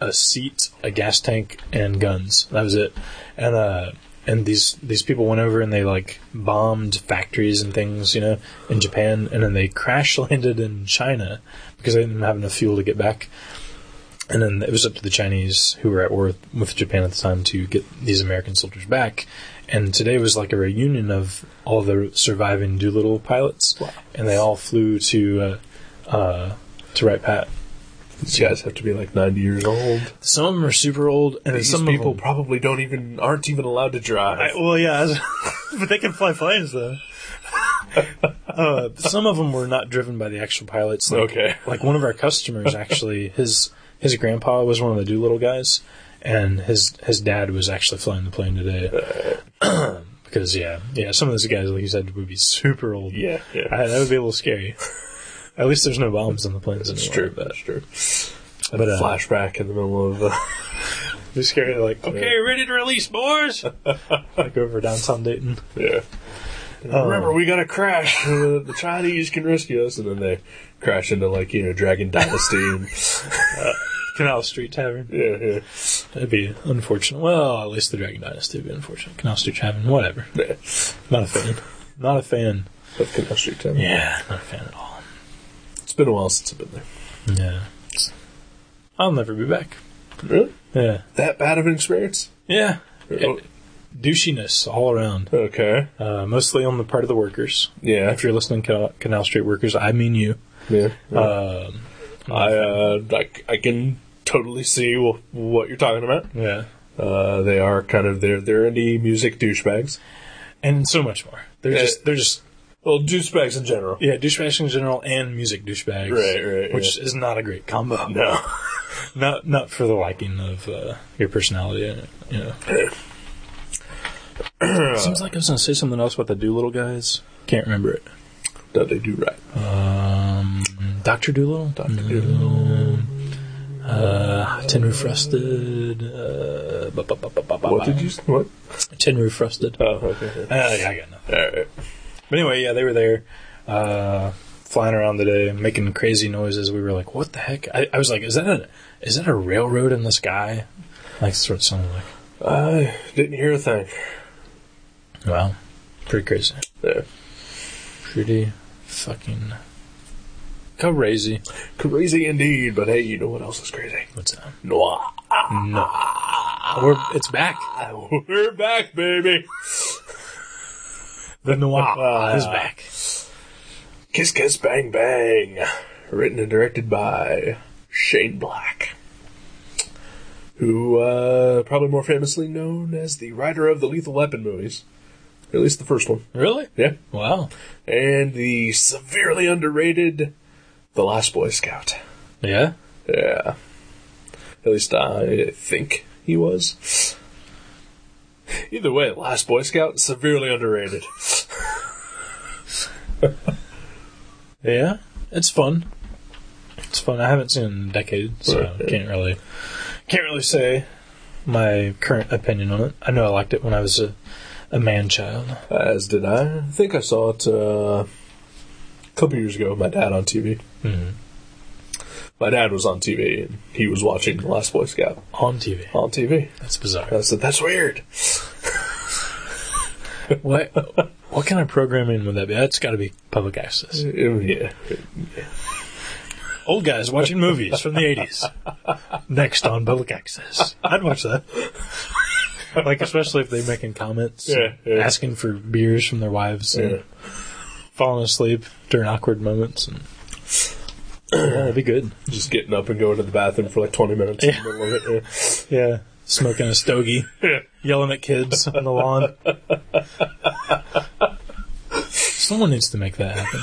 [SPEAKER 3] a seat, a gas tank, and guns. That was it. And uh, and these these people went over and they like bombed factories and things, you know, in Japan, and then they crash landed in China because they didn't have enough fuel to get back. And then it was up to the Chinese who were at war with- with Japan at the time to get these American soldiers back. And today was like a reunion of all the surviving Doolittle pilots, and they all flew to uh, uh, to Wright Pat.
[SPEAKER 2] These guys have to be like 90 years old.
[SPEAKER 3] Some of them are super old, and
[SPEAKER 2] These
[SPEAKER 3] some
[SPEAKER 2] people
[SPEAKER 3] of them,
[SPEAKER 2] probably don't even aren't even allowed to drive.
[SPEAKER 3] I- well, yeah, I was- but they can fly planes though. uh, some of them were not driven by the actual pilots. Like,
[SPEAKER 2] Okay.
[SPEAKER 3] like one of our customers actually, his his grandpa was one of the Doolittle guys, and his his dad was actually flying the plane today. because yeah, yeah, some of those guys, like you said, would be super old.
[SPEAKER 2] yeah, yeah.
[SPEAKER 3] I- that would be a little scary. At least there's no bombs on the planes
[SPEAKER 2] That's
[SPEAKER 3] anymore.
[SPEAKER 2] true. That's true.
[SPEAKER 3] But uh,
[SPEAKER 2] Flashback in the middle of uh,
[SPEAKER 3] Be scary, like, okay, ready to release, boys? like over downtown Dayton.
[SPEAKER 2] yeah.
[SPEAKER 3] Um,
[SPEAKER 2] Remember, we got a crash. Uh, the Chinese can rescue us, and then they crash into like you know Dragon Dynasty. And,
[SPEAKER 3] Canal Street Tavern.
[SPEAKER 2] yeah, yeah.
[SPEAKER 3] That'd be unfortunate. Well, at least the Dragon Dynasty would be unfortunate. Canal Street Tavern, whatever.
[SPEAKER 2] yeah.
[SPEAKER 3] Not a fan. Not a fan.
[SPEAKER 2] But Canal Street Tavern.
[SPEAKER 3] Yeah, not a fan at all.
[SPEAKER 2] It's been a while since I've been there.
[SPEAKER 3] Yeah. I'll never be back.
[SPEAKER 2] Really?
[SPEAKER 3] Yeah.
[SPEAKER 2] That bad of an experience?
[SPEAKER 3] Yeah.
[SPEAKER 2] Oh,
[SPEAKER 3] Douchiness all around.
[SPEAKER 2] Okay.
[SPEAKER 3] Uh, mostly on the part of the workers.
[SPEAKER 2] Yeah.
[SPEAKER 3] If you're listening, Canal, Canal Street workers, I mean you.
[SPEAKER 2] Yeah.
[SPEAKER 3] Um,
[SPEAKER 2] I, uh, I, I can totally see wh- what you're talking about.
[SPEAKER 3] yeah.
[SPEAKER 2] Uh, they are kind of they're they're indie music douchebags.
[SPEAKER 3] And so much more. They're
[SPEAKER 2] Yeah.
[SPEAKER 3] just, they're just
[SPEAKER 2] Well, douchebags in general.
[SPEAKER 3] Yeah, douchebags in general and music douchebags.
[SPEAKER 2] Right, right,
[SPEAKER 3] Which is not a great combo.
[SPEAKER 2] No.
[SPEAKER 3] Not not for the liking of uh, your personality. uh, You know. Seems like I was gonna say something else about the Doolittle guys. Can't remember it.
[SPEAKER 2] No, they do right.
[SPEAKER 3] Um, Doctor Doolittle. Doctor
[SPEAKER 2] Mm-hmm.
[SPEAKER 3] Doolittle. Uh, Tin Roof Rusted. Uh, bu- bu- bu- bu- bu- bu-
[SPEAKER 2] What did you? What?
[SPEAKER 3] Tin Roof Rusted. Uh,
[SPEAKER 2] Oh, okay.
[SPEAKER 3] yeah, I got nothing.
[SPEAKER 2] All right.
[SPEAKER 3] But anyway, yeah, they were there, uh, flying around today, making crazy noises. We were like, "What the heck?" I, I was like, "Is that a is that a railroad in the sky?" Like, sort of sounded like,
[SPEAKER 2] Uh, I didn't hear a thing.
[SPEAKER 3] "Wow, pretty crazy,
[SPEAKER 2] Yeah.
[SPEAKER 3] pretty fucking crazy."
[SPEAKER 2] Crazy indeed, but hey, you know what else is crazy?
[SPEAKER 3] What's that?
[SPEAKER 2] Noir.
[SPEAKER 3] No, we're, it's back.
[SPEAKER 2] We're back, baby.
[SPEAKER 3] The noir
[SPEAKER 2] Wow.
[SPEAKER 3] is Ah, back.
[SPEAKER 2] Kiss Kiss Bang Bang. Written and directed by Shane Black. Who, uh, probably more famously known as the writer of the Lethal Weapon movies. At least the first one.
[SPEAKER 3] Really?
[SPEAKER 2] Yeah.
[SPEAKER 3] Wow.
[SPEAKER 2] And the severely underrated The Last Boy Scout.
[SPEAKER 3] Yeah.
[SPEAKER 2] Yeah. At least I think he was. Either way, Last Boy Scout, severely underrated.
[SPEAKER 3] Yeah, it's fun. It's fun. I haven't seen it in a decade, so
[SPEAKER 2] Right.
[SPEAKER 3] can't really can't really say my current opinion on it. I know I liked it when I was a, a man child.
[SPEAKER 2] As did I. I think I saw it uh, a couple years ago with my dad on TV.
[SPEAKER 3] Mm-hmm.
[SPEAKER 2] My dad was on TV and he was watching The Last Boy Scout
[SPEAKER 3] On TV.
[SPEAKER 2] on TV.
[SPEAKER 3] That's bizarre.
[SPEAKER 2] I said, that's weird.
[SPEAKER 3] what what kind of programming would that be? That's gotta be public access.
[SPEAKER 2] Yeah.
[SPEAKER 3] Old guys watching movies from the eighties. Next on public access. I'd watch that. like especially if they're making comments
[SPEAKER 2] Yeah, yeah.
[SPEAKER 3] asking for beers from their wives and
[SPEAKER 2] Yeah.
[SPEAKER 3] falling asleep during awkward moments and yeah, that'd be good.
[SPEAKER 2] Just getting up and going to the bathroom for like 20 minutes
[SPEAKER 3] Yeah.
[SPEAKER 2] in the middle of it. yeah.
[SPEAKER 3] Yeah. Smoking a stogie, yelling at kids on the lawn. Someone needs to make that happen.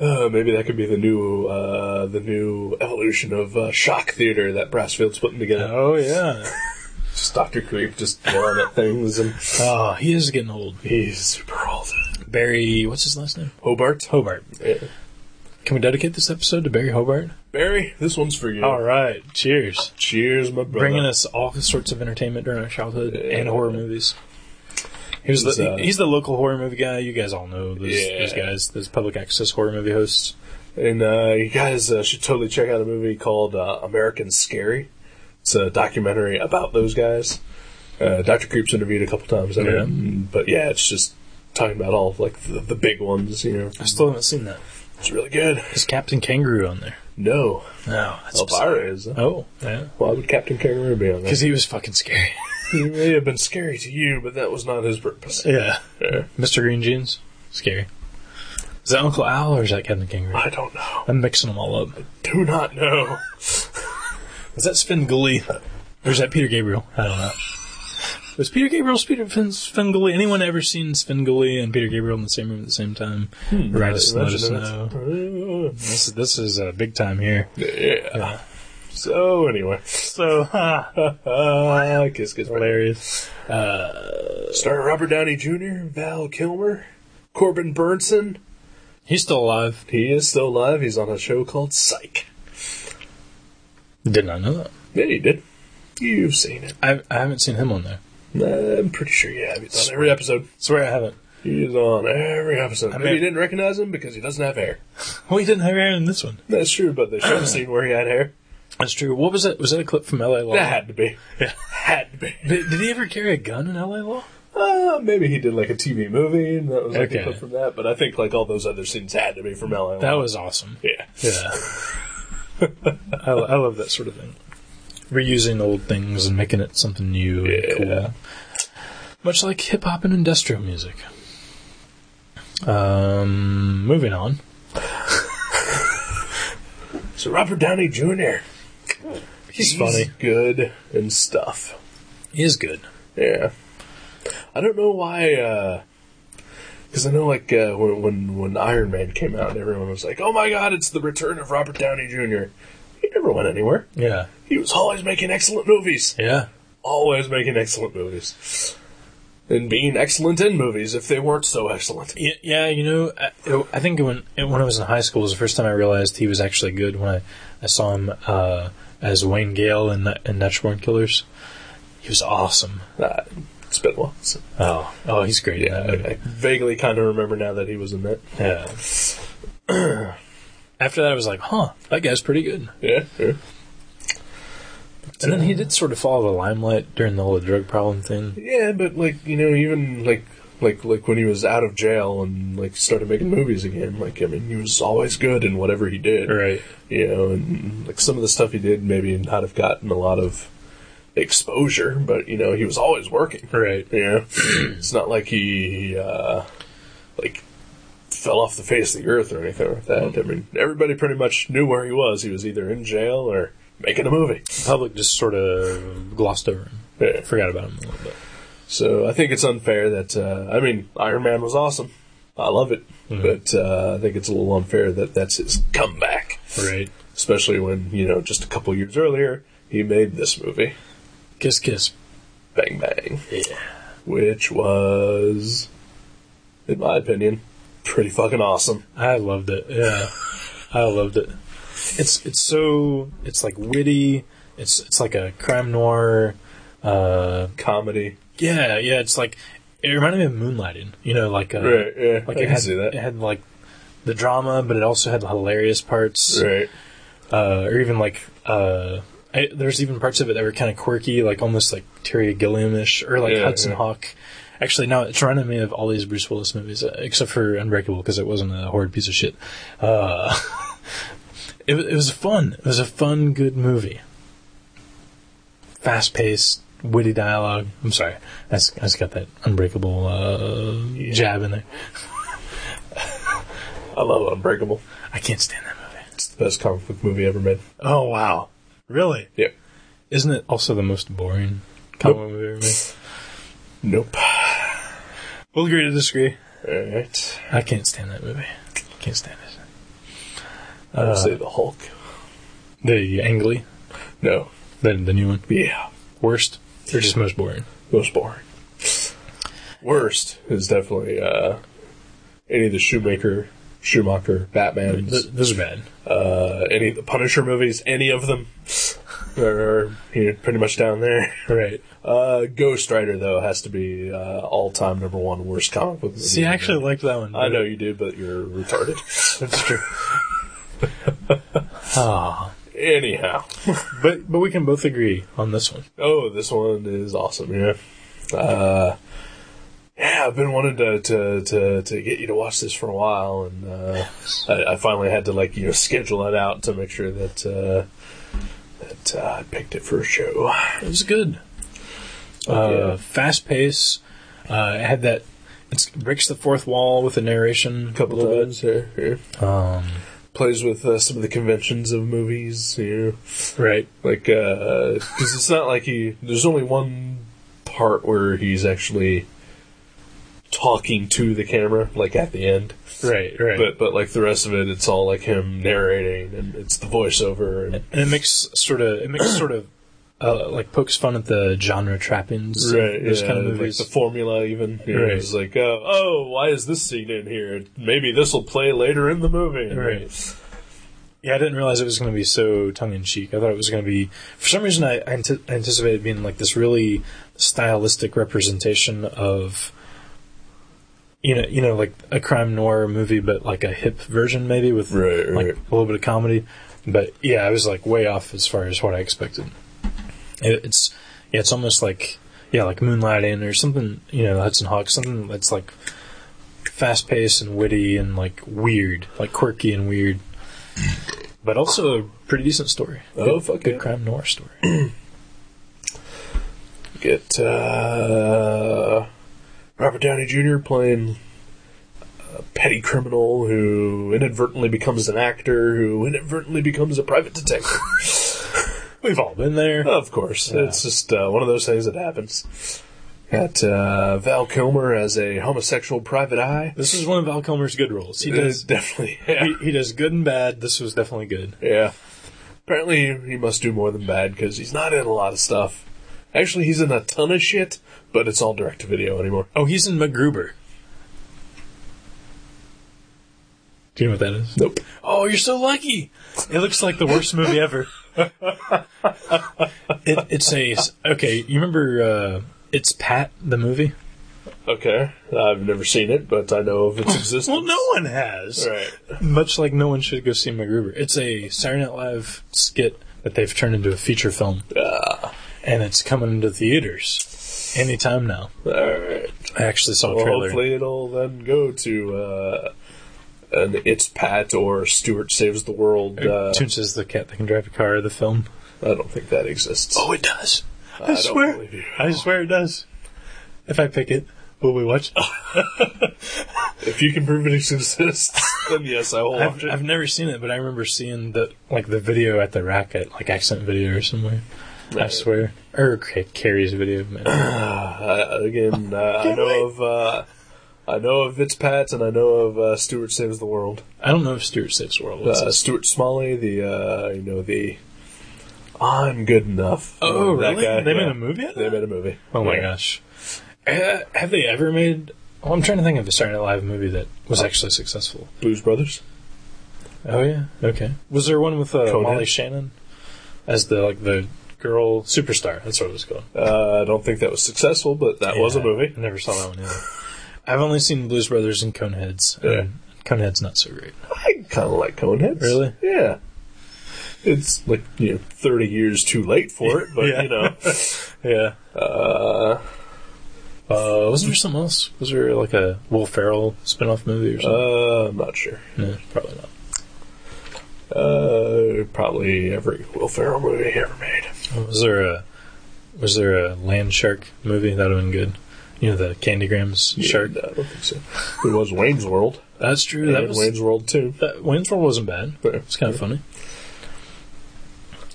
[SPEAKER 2] Uh, maybe that could be the new uh, the new evolution of uh, shock theater that Brassfield's putting together.
[SPEAKER 3] Oh yeah.
[SPEAKER 2] Just Dr. Creep just blowing up things and
[SPEAKER 3] Oh, he is getting old.
[SPEAKER 2] he's super old.
[SPEAKER 3] Barry, what's his last name?
[SPEAKER 2] Hobart?
[SPEAKER 3] Hobart.
[SPEAKER 2] Yeah.
[SPEAKER 3] Can we dedicate this episode to Barry Hobart?
[SPEAKER 2] Barry, this one's for you.
[SPEAKER 3] All right, cheers.
[SPEAKER 2] Cheers, my brother.
[SPEAKER 3] Bringing us all sorts of entertainment during our childhood and horror movies. He was
[SPEAKER 2] He's,
[SPEAKER 3] the,
[SPEAKER 2] uh,
[SPEAKER 3] he's the local horror movie guy. You guys all know those,
[SPEAKER 2] Yeah.
[SPEAKER 3] those guys, those public access horror movie hosts.
[SPEAKER 2] And uh, you guys uh, should totally check out a movie called uh, American Scary. It's a documentary about those guys. Uh, Dr. Creep's interviewed a couple times. I
[SPEAKER 3] Yeah.
[SPEAKER 2] mean, But yeah, it's just talking about all like the, the big ones, you know.
[SPEAKER 3] I still haven't seen that.
[SPEAKER 2] It's really good.
[SPEAKER 3] Is Captain Kangaroo on there?
[SPEAKER 2] No.
[SPEAKER 3] No, that's bizarre.
[SPEAKER 2] Elvira is. huh?
[SPEAKER 3] Oh, yeah.
[SPEAKER 2] Why would Captain Kangaroo be on there?
[SPEAKER 3] Because he was fucking scary.
[SPEAKER 2] he may have been scary to you, but that was not his purpose.
[SPEAKER 3] yeah.
[SPEAKER 2] Yeah.
[SPEAKER 3] Mr. Green Jeans, scary. Is that Uncle Al or is that Captain Kangaroo?
[SPEAKER 2] I don't know.
[SPEAKER 3] I'm mixing them all up.
[SPEAKER 2] Do not know.
[SPEAKER 3] Is that Sven Gully? Or is that Peter Gabriel? I don't know. Was Peter Gabriel Peter Finn, Sven Gully? Anyone ever seen Sven Gully and Peter Gabriel in the same room at the same time? Write us, let us know.
[SPEAKER 2] know.
[SPEAKER 3] This, this is uh, big time here.
[SPEAKER 2] Yeah. So anyway,
[SPEAKER 3] So,
[SPEAKER 2] uh, kiss kiss.
[SPEAKER 3] hilarious. Uh,
[SPEAKER 2] Star Robert Downey Jr., Val Kilmer, Corbin Burnson.
[SPEAKER 3] He's still alive.
[SPEAKER 2] He is still alive. He's on a show called Psych.
[SPEAKER 3] Did not know that.
[SPEAKER 2] Yeah, you did. You've seen it.
[SPEAKER 3] I, I haven't seen him on there.
[SPEAKER 2] I'm pretty sure you have. He's on every episode.
[SPEAKER 3] Swear I haven't.
[SPEAKER 2] He's on every episode.
[SPEAKER 3] I
[SPEAKER 2] Maybe
[SPEAKER 3] mean-
[SPEAKER 2] you didn't recognize him because he doesn't have hair.
[SPEAKER 3] Well, he didn't have hair in this one.
[SPEAKER 2] That's true, but they should have seen where he had hair.
[SPEAKER 3] That's true. What was that? Was that a clip from L.A. Law?
[SPEAKER 2] That had to be.
[SPEAKER 3] Yeah.
[SPEAKER 2] Had to be.
[SPEAKER 3] Did, did he ever carry a gun in L.A. Law?
[SPEAKER 2] Uh, maybe he did like a TV movie, and that was like
[SPEAKER 3] Okay.
[SPEAKER 2] a clip from that. But I think like all those other scenes had to be from LA.
[SPEAKER 3] That was awesome.
[SPEAKER 2] yeah.
[SPEAKER 3] Yeah. I, I love that sort of thing. Reusing old things and making it something new and
[SPEAKER 2] Yeah.
[SPEAKER 3] cool. Much like hip hop and industrial music. Um, moving on.
[SPEAKER 2] So Robert Downey Jr.
[SPEAKER 3] He's funny.
[SPEAKER 2] good, and stuff.
[SPEAKER 3] He is good.
[SPEAKER 2] Yeah. I don't know why. Because I know like uh, when, when when Iron Man came out, everyone was like, "Oh my God, it's the return of Robert Downey Jr." He never went anywhere.
[SPEAKER 3] Yeah.
[SPEAKER 2] He was always making excellent movies.
[SPEAKER 3] Yeah.
[SPEAKER 2] Always making excellent movies. And being excellent in movies if they weren't so excellent.
[SPEAKER 3] Y- Yeah, you know, I, I think when when I was in high school was the first time I realized he was actually good when I, I saw him uh, as Wayne Gale in, Na- in Natural Born Killers. He was awesome.
[SPEAKER 2] Uh, it's been a while. So,
[SPEAKER 3] Oh, oh, he's great. in
[SPEAKER 2] yeah,
[SPEAKER 3] that
[SPEAKER 2] I,
[SPEAKER 3] movie.
[SPEAKER 2] I vaguely kind of remember now that he was in that.
[SPEAKER 3] Yeah. After that, I was like, huh, that guy's pretty good.
[SPEAKER 2] Yeah. yeah.
[SPEAKER 3] And then he did sort of follow the limelight during the whole drug problem thing.
[SPEAKER 2] Yeah, but like you know, even like like like when he was out of jail and like started making movies again, like I mean, he was always good in whatever he did.
[SPEAKER 3] Right.
[SPEAKER 2] You know, and like some of the stuff he did, maybe not have gotten a lot of exposure, but you know, he was always working.
[SPEAKER 3] Right.
[SPEAKER 2] You know, it's not like he uh, like fell off the face of the earth or anything like that. I mean, everybody pretty much knew where he was. He was either in jail or making a movie.
[SPEAKER 3] The public just sort of glossed over him.
[SPEAKER 2] Yeah.
[SPEAKER 3] Forgot about him a little bit.
[SPEAKER 2] So I think it's unfair that uh, I mean Iron Man was awesome. I love it, but uh, I think it's a little unfair that that's his comeback,
[SPEAKER 3] Right.
[SPEAKER 2] especially when you know just a couple years earlier he made this movie,
[SPEAKER 3] Kiss, kiss.
[SPEAKER 2] Bang Bang,
[SPEAKER 3] Yeah.
[SPEAKER 2] which was, in my opinion, pretty fucking awesome.
[SPEAKER 3] I loved it. Yeah. I loved it. It's it's so it's like witty. It's it's like a crime noir. Uh,
[SPEAKER 2] Comedy,
[SPEAKER 3] yeah, yeah. It's like it reminded me of Moonlighting. You know, like uh,
[SPEAKER 2] right? Yeah,
[SPEAKER 3] Like
[SPEAKER 2] I
[SPEAKER 3] it
[SPEAKER 2] can
[SPEAKER 3] had,
[SPEAKER 2] see
[SPEAKER 3] It
[SPEAKER 2] that.
[SPEAKER 3] had like the drama, but it also had the hilarious parts,
[SPEAKER 2] Right.
[SPEAKER 3] uh, or even like uh, I, there's even parts of it that were kind of quirky, like almost like Terry Gilliam-ish, or like
[SPEAKER 2] Yeah,
[SPEAKER 3] Hudson
[SPEAKER 2] yeah.
[SPEAKER 3] Hawk. Actually, no, it's reminded me of all these Bruce Willis movies, uh, except for Unbreakable, because it wasn't a horrid piece of shit. Uh, it, wa- it was fun. It was a fun, good movie. Fast-paced, witty dialogue. I'm sorry, I s- I just got that Unbreakable uh, jab in there.
[SPEAKER 2] I love Unbreakable.
[SPEAKER 3] I can't stand that movie.
[SPEAKER 2] It's the best comic book movie ever made.
[SPEAKER 3] Oh wow, really?
[SPEAKER 2] Yeah.
[SPEAKER 3] Isn't it also the most boring comic book movie ever made?
[SPEAKER 2] Nope.
[SPEAKER 3] We'll agree to disagree.
[SPEAKER 2] All right.
[SPEAKER 3] I can't stand that movie. Can't stand it.
[SPEAKER 2] I would say the Hulk.
[SPEAKER 3] The Angly,
[SPEAKER 2] No.
[SPEAKER 3] the the new one,
[SPEAKER 2] Yeah.
[SPEAKER 3] worst. They're just most boring.
[SPEAKER 2] Most boring. Worst is definitely uh, any of the Shoemaker, Schumacher,
[SPEAKER 3] Th-
[SPEAKER 2] Batman's,
[SPEAKER 3] Those are bad.
[SPEAKER 2] uh, any of the Punisher movies, any of them are you know, pretty much down there.
[SPEAKER 3] Right.
[SPEAKER 2] Uh, Ghost Rider though has to be uh, all time number one worst comic book. movie.
[SPEAKER 3] See, I actually liked that one.
[SPEAKER 2] I know you do, but you're retarded.
[SPEAKER 3] That's true. Ah,
[SPEAKER 2] Anyhow,
[SPEAKER 3] but but we can both agree on this one.
[SPEAKER 2] oh, this one is awesome. Yeah, uh, yeah, I've been wanting to, to to to get you to watch this for a while, and uh, I, I finally had to like you know schedule it out to make sure that uh, that uh, I picked it for a show.
[SPEAKER 3] It was good.
[SPEAKER 2] yeah.
[SPEAKER 3] Uh, fast pace. Uh, it had that. It breaks the fourth wall with the narration. A
[SPEAKER 2] couple of times here, here.
[SPEAKER 3] Um,
[SPEAKER 2] plays with uh, some of the conventions of movies here.
[SPEAKER 3] right.
[SPEAKER 2] Like, because it's not like he. There's only one part where he's actually talking to the camera, like at the end.
[SPEAKER 3] Right. Right.
[SPEAKER 2] But but like the rest of it, it's all like him narrating, and it's the voiceover. And,
[SPEAKER 3] and it makes sort of it makes sort of uh, like pokes fun at the genre trappings. of Those
[SPEAKER 2] yeah,
[SPEAKER 3] kind of
[SPEAKER 2] like
[SPEAKER 3] movies.
[SPEAKER 2] the formula, even you know,
[SPEAKER 3] Right.
[SPEAKER 2] it's like, uh, oh, why is this scene in here? Maybe this will play later in the movie.
[SPEAKER 3] Right. yeah, I didn't realize it was going to be so tongue in cheek. I thought it was going to be for some reason I ante- anticipated being like this really stylistic representation of you know you know like a crime noir movie, but like a hip version maybe with
[SPEAKER 2] Right,
[SPEAKER 3] like
[SPEAKER 2] right.
[SPEAKER 3] a little bit of comedy. But yeah, I was like way off as far as what I expected. It, it's yeah, it's almost like yeah, like Moonlighting or something. You know, Hudson Hawk, something that's like fast paced and witty and like weird, like quirky and weird. But also a pretty decent story.
[SPEAKER 2] Oh,
[SPEAKER 3] Good-
[SPEAKER 2] fuck
[SPEAKER 3] good
[SPEAKER 2] yeah.
[SPEAKER 3] crime noir story.
[SPEAKER 2] get uh, Robert Downey Jr. playing a petty criminal who inadvertently becomes an actor who inadvertently becomes a private detective.
[SPEAKER 3] We've all been there.
[SPEAKER 2] of course,
[SPEAKER 3] Yeah.
[SPEAKER 2] it's just uh, one of those things that happens. Got uh, Val Kilmer as a homosexual private eye.
[SPEAKER 3] This is one of Val Kilmer's good roles. He
[SPEAKER 2] It
[SPEAKER 3] does
[SPEAKER 2] is definitely,
[SPEAKER 3] he,
[SPEAKER 2] yeah.
[SPEAKER 3] he does good and bad. This was definitely good.
[SPEAKER 2] yeah. Apparently, he must do more than bad because he's not in a lot of stuff. Actually, he's in a ton of shit, but it's all direct to video anymore.
[SPEAKER 3] Oh, he's in MacGruber. Do you know what that is?
[SPEAKER 2] Nope.
[SPEAKER 3] Oh, you're so lucky. It looks like the worst movie ever. it, it's a okay. You remember? Uh, it's Pat the movie.
[SPEAKER 2] Okay, I've never seen it, but I know of its existence.
[SPEAKER 3] Well, no one has.
[SPEAKER 2] Right.
[SPEAKER 3] Much like no one should go see MacGruber. It's a Saturday Night Live skit that they've turned into a feature film,
[SPEAKER 2] Ah,
[SPEAKER 3] and it's coming into theaters anytime now.
[SPEAKER 2] all right.
[SPEAKER 3] I actually saw a
[SPEAKER 2] Well,
[SPEAKER 3] trailer.
[SPEAKER 2] hopefully it'll then go to uh, an It's Pat or Stuart Saves the World. Uh,
[SPEAKER 3] Toons is the cat that can drive a car. The film.
[SPEAKER 2] I don't think that exists.
[SPEAKER 3] Oh, it does. I,
[SPEAKER 2] don't
[SPEAKER 3] swear.
[SPEAKER 2] believe you.
[SPEAKER 3] I swear it does. If I pick it, will we watch?
[SPEAKER 2] If you can prove it exists, then yes, I will watch
[SPEAKER 3] I've,
[SPEAKER 2] it.
[SPEAKER 3] I've never seen it, but I remember seeing the like the video at the rack at like Accent Video or somewhere. I
[SPEAKER 2] Right.
[SPEAKER 3] swear, or Ca- Carrie's video. Man.
[SPEAKER 2] Uh, again, uh, I
[SPEAKER 3] Oh, Can't
[SPEAKER 2] know
[SPEAKER 3] wait.
[SPEAKER 2] of. Uh, I know of It's Pat, and I know of uh, Stuart Saves the World.
[SPEAKER 3] I don't know if Stuart Saves the World. Was
[SPEAKER 2] uh, Stuart Smalley, the uh, you know the I'm good enough.
[SPEAKER 3] Oh,
[SPEAKER 2] Uh, that
[SPEAKER 3] really?
[SPEAKER 2] guy,
[SPEAKER 3] They made
[SPEAKER 2] yeah.
[SPEAKER 3] a movie out of
[SPEAKER 2] They
[SPEAKER 3] that?
[SPEAKER 2] made a movie.
[SPEAKER 3] oh my
[SPEAKER 2] Yeah.
[SPEAKER 3] gosh, uh, have they ever made? Well, I'm trying to think of a Saturday Night Live movie that was actually successful.
[SPEAKER 2] Blues Brothers.
[SPEAKER 3] Oh yeah, okay. Was there one with uh,
[SPEAKER 2] Conan?
[SPEAKER 3] Molly Shannon as the like the girl superstar? That's what it was called.
[SPEAKER 2] Uh, I don't think that was successful, but that was a
[SPEAKER 3] Yeah,
[SPEAKER 2] movie.
[SPEAKER 3] I never saw that one either. I've only seen Blues Brothers and Coneheads.
[SPEAKER 2] Yeah.
[SPEAKER 3] and Coneheads not so great.
[SPEAKER 2] I kind of like Coneheads.
[SPEAKER 3] Really?
[SPEAKER 2] Yeah. It's like you know, thirty years too late for it, but
[SPEAKER 3] Yeah.
[SPEAKER 2] you know,
[SPEAKER 3] Yeah.
[SPEAKER 2] uh,
[SPEAKER 3] Uh, wasn't there something else? Was there like a Will Ferrell spin-off movie or something?
[SPEAKER 2] uh, I'm not sure.
[SPEAKER 3] no, probably not.
[SPEAKER 2] Uh, probably every Will Ferrell movie ever made.
[SPEAKER 3] Was there a Was there a land shark movie that would have been good? You know the Candygrams shark.
[SPEAKER 2] Yeah, no, I don't think so. It was Wayne's World.
[SPEAKER 3] That's true. That
[SPEAKER 2] and
[SPEAKER 3] was
[SPEAKER 2] Wayne's World too.
[SPEAKER 3] that, Wayne's World wasn't bad.
[SPEAKER 2] Yeah.
[SPEAKER 3] It's kind of funny.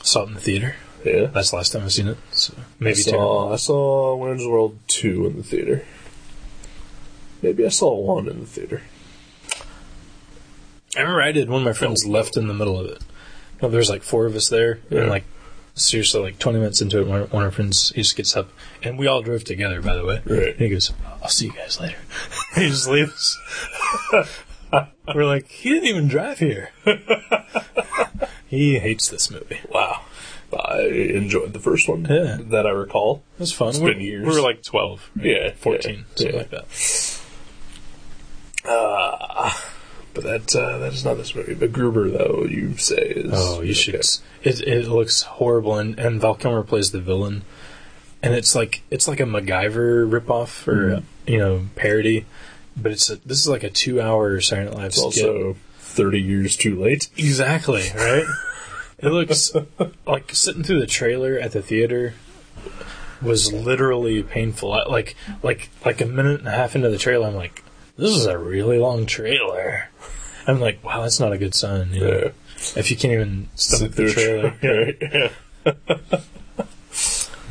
[SPEAKER 3] Saw it in the theater.
[SPEAKER 2] Yeah.
[SPEAKER 3] That's the last time I've seen it. So
[SPEAKER 2] I
[SPEAKER 3] maybe two.
[SPEAKER 2] saw, I saw Wayne's World 2 in the theater. Maybe I saw one in the theater.
[SPEAKER 3] I remember I did. One of my friends left in the middle of it. You know, there was like four of us there,
[SPEAKER 2] Yeah.
[SPEAKER 3] and like seriously like 20 minutes into it, one one of our friends he just gets up, and we all drove together, by the way.
[SPEAKER 2] Right.
[SPEAKER 3] And he goes, "I'll see you guys later." he just leaves. We're like, he didn't even drive here. he hates this movie.
[SPEAKER 2] Wow. I enjoyed the first one
[SPEAKER 3] Yeah.
[SPEAKER 2] that I recall.
[SPEAKER 3] It was fun.
[SPEAKER 2] It's
[SPEAKER 3] we
[SPEAKER 2] been years.
[SPEAKER 3] we were like 12, right?
[SPEAKER 2] Yeah,
[SPEAKER 3] 14,
[SPEAKER 2] yeah,
[SPEAKER 3] something
[SPEAKER 2] yeah.
[SPEAKER 3] like that.
[SPEAKER 2] But that uh, that is not this movie. But Gruber, though, you say is
[SPEAKER 3] Oh, you should. It it looks horrible, and and Val Kilmer plays the villain, and it's like it's like a MacGyver ripoff or you know parody, but it's a, this is like a two hour Saturday Night Live
[SPEAKER 2] It's
[SPEAKER 3] skit.
[SPEAKER 2] also thirty years too late.
[SPEAKER 3] Exactly right. it looks like sitting through the trailer at the theater was literally painful. I- Like like like a minute and a half into the trailer, I'm like, this is a really long trailer. I'm like, wow, that's not a good sign. You know?
[SPEAKER 2] Yeah.
[SPEAKER 3] If you can't even stomach the trailer,
[SPEAKER 2] Right? Yeah.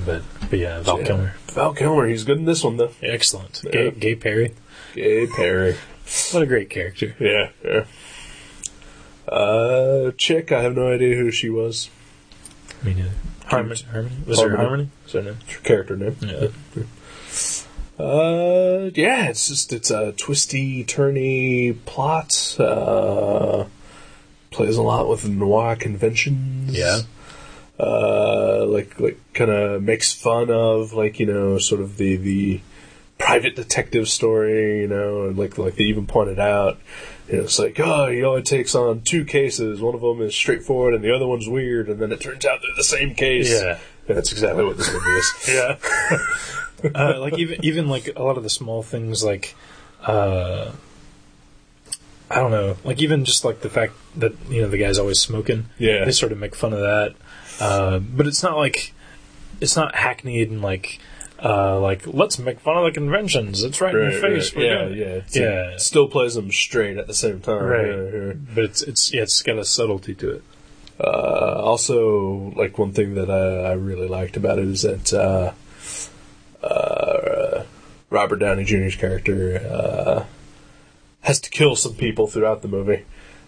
[SPEAKER 3] But but yeah, Val
[SPEAKER 2] Yeah.
[SPEAKER 3] Kilmer,
[SPEAKER 2] Val Kilmer, he's good in this one though.
[SPEAKER 3] excellent.
[SPEAKER 2] Yeah.
[SPEAKER 3] Gay, Gay Perry,
[SPEAKER 2] Gay Perry.
[SPEAKER 3] what a great character.
[SPEAKER 2] Yeah, yeah. Uh, chick, I have no idea who she was.
[SPEAKER 3] Me neither. Harmony, Harmony, was
[SPEAKER 2] Harmony.
[SPEAKER 3] there Harmony? Was there name?
[SPEAKER 2] It's her character name.
[SPEAKER 3] Yeah.
[SPEAKER 2] Uh, yeah, it's just it's a twisty, turny plot. Uh, plays a lot with noir conventions.
[SPEAKER 3] Yeah.
[SPEAKER 2] Uh, like like kind of makes fun of like you know sort of the the private detective story. You know, and like like they even pointed out. You know, it's like oh, he only takes on two cases. One of them is straightforward, and the other one's weird. And then it turns out they're the same case.
[SPEAKER 3] Yeah.
[SPEAKER 2] that's exactly what this movie is.
[SPEAKER 3] yeah. uh, like even even like a lot of the small things like uh I don't know. Like even just like the fact that you know the guy's always smoking.
[SPEAKER 2] Yeah.
[SPEAKER 3] They sort of make fun of that. Uh but it's not like it's not hackneyed and like uh like let's make fun of the conventions. It's right, in your face. We're
[SPEAKER 2] Yeah,
[SPEAKER 3] doing
[SPEAKER 2] yeah,
[SPEAKER 3] it.
[SPEAKER 2] It's-
[SPEAKER 3] Yeah.
[SPEAKER 2] it Still plays them straight at the same time.
[SPEAKER 3] Right.
[SPEAKER 2] Yeah, yeah.
[SPEAKER 3] But it's it's yeah, it's got a subtlety to it.
[SPEAKER 2] Uh, also, like one thing that I, I really liked about it is that uh, uh, Robert Downey Jr.'s character uh, has to kill some people throughout the movie.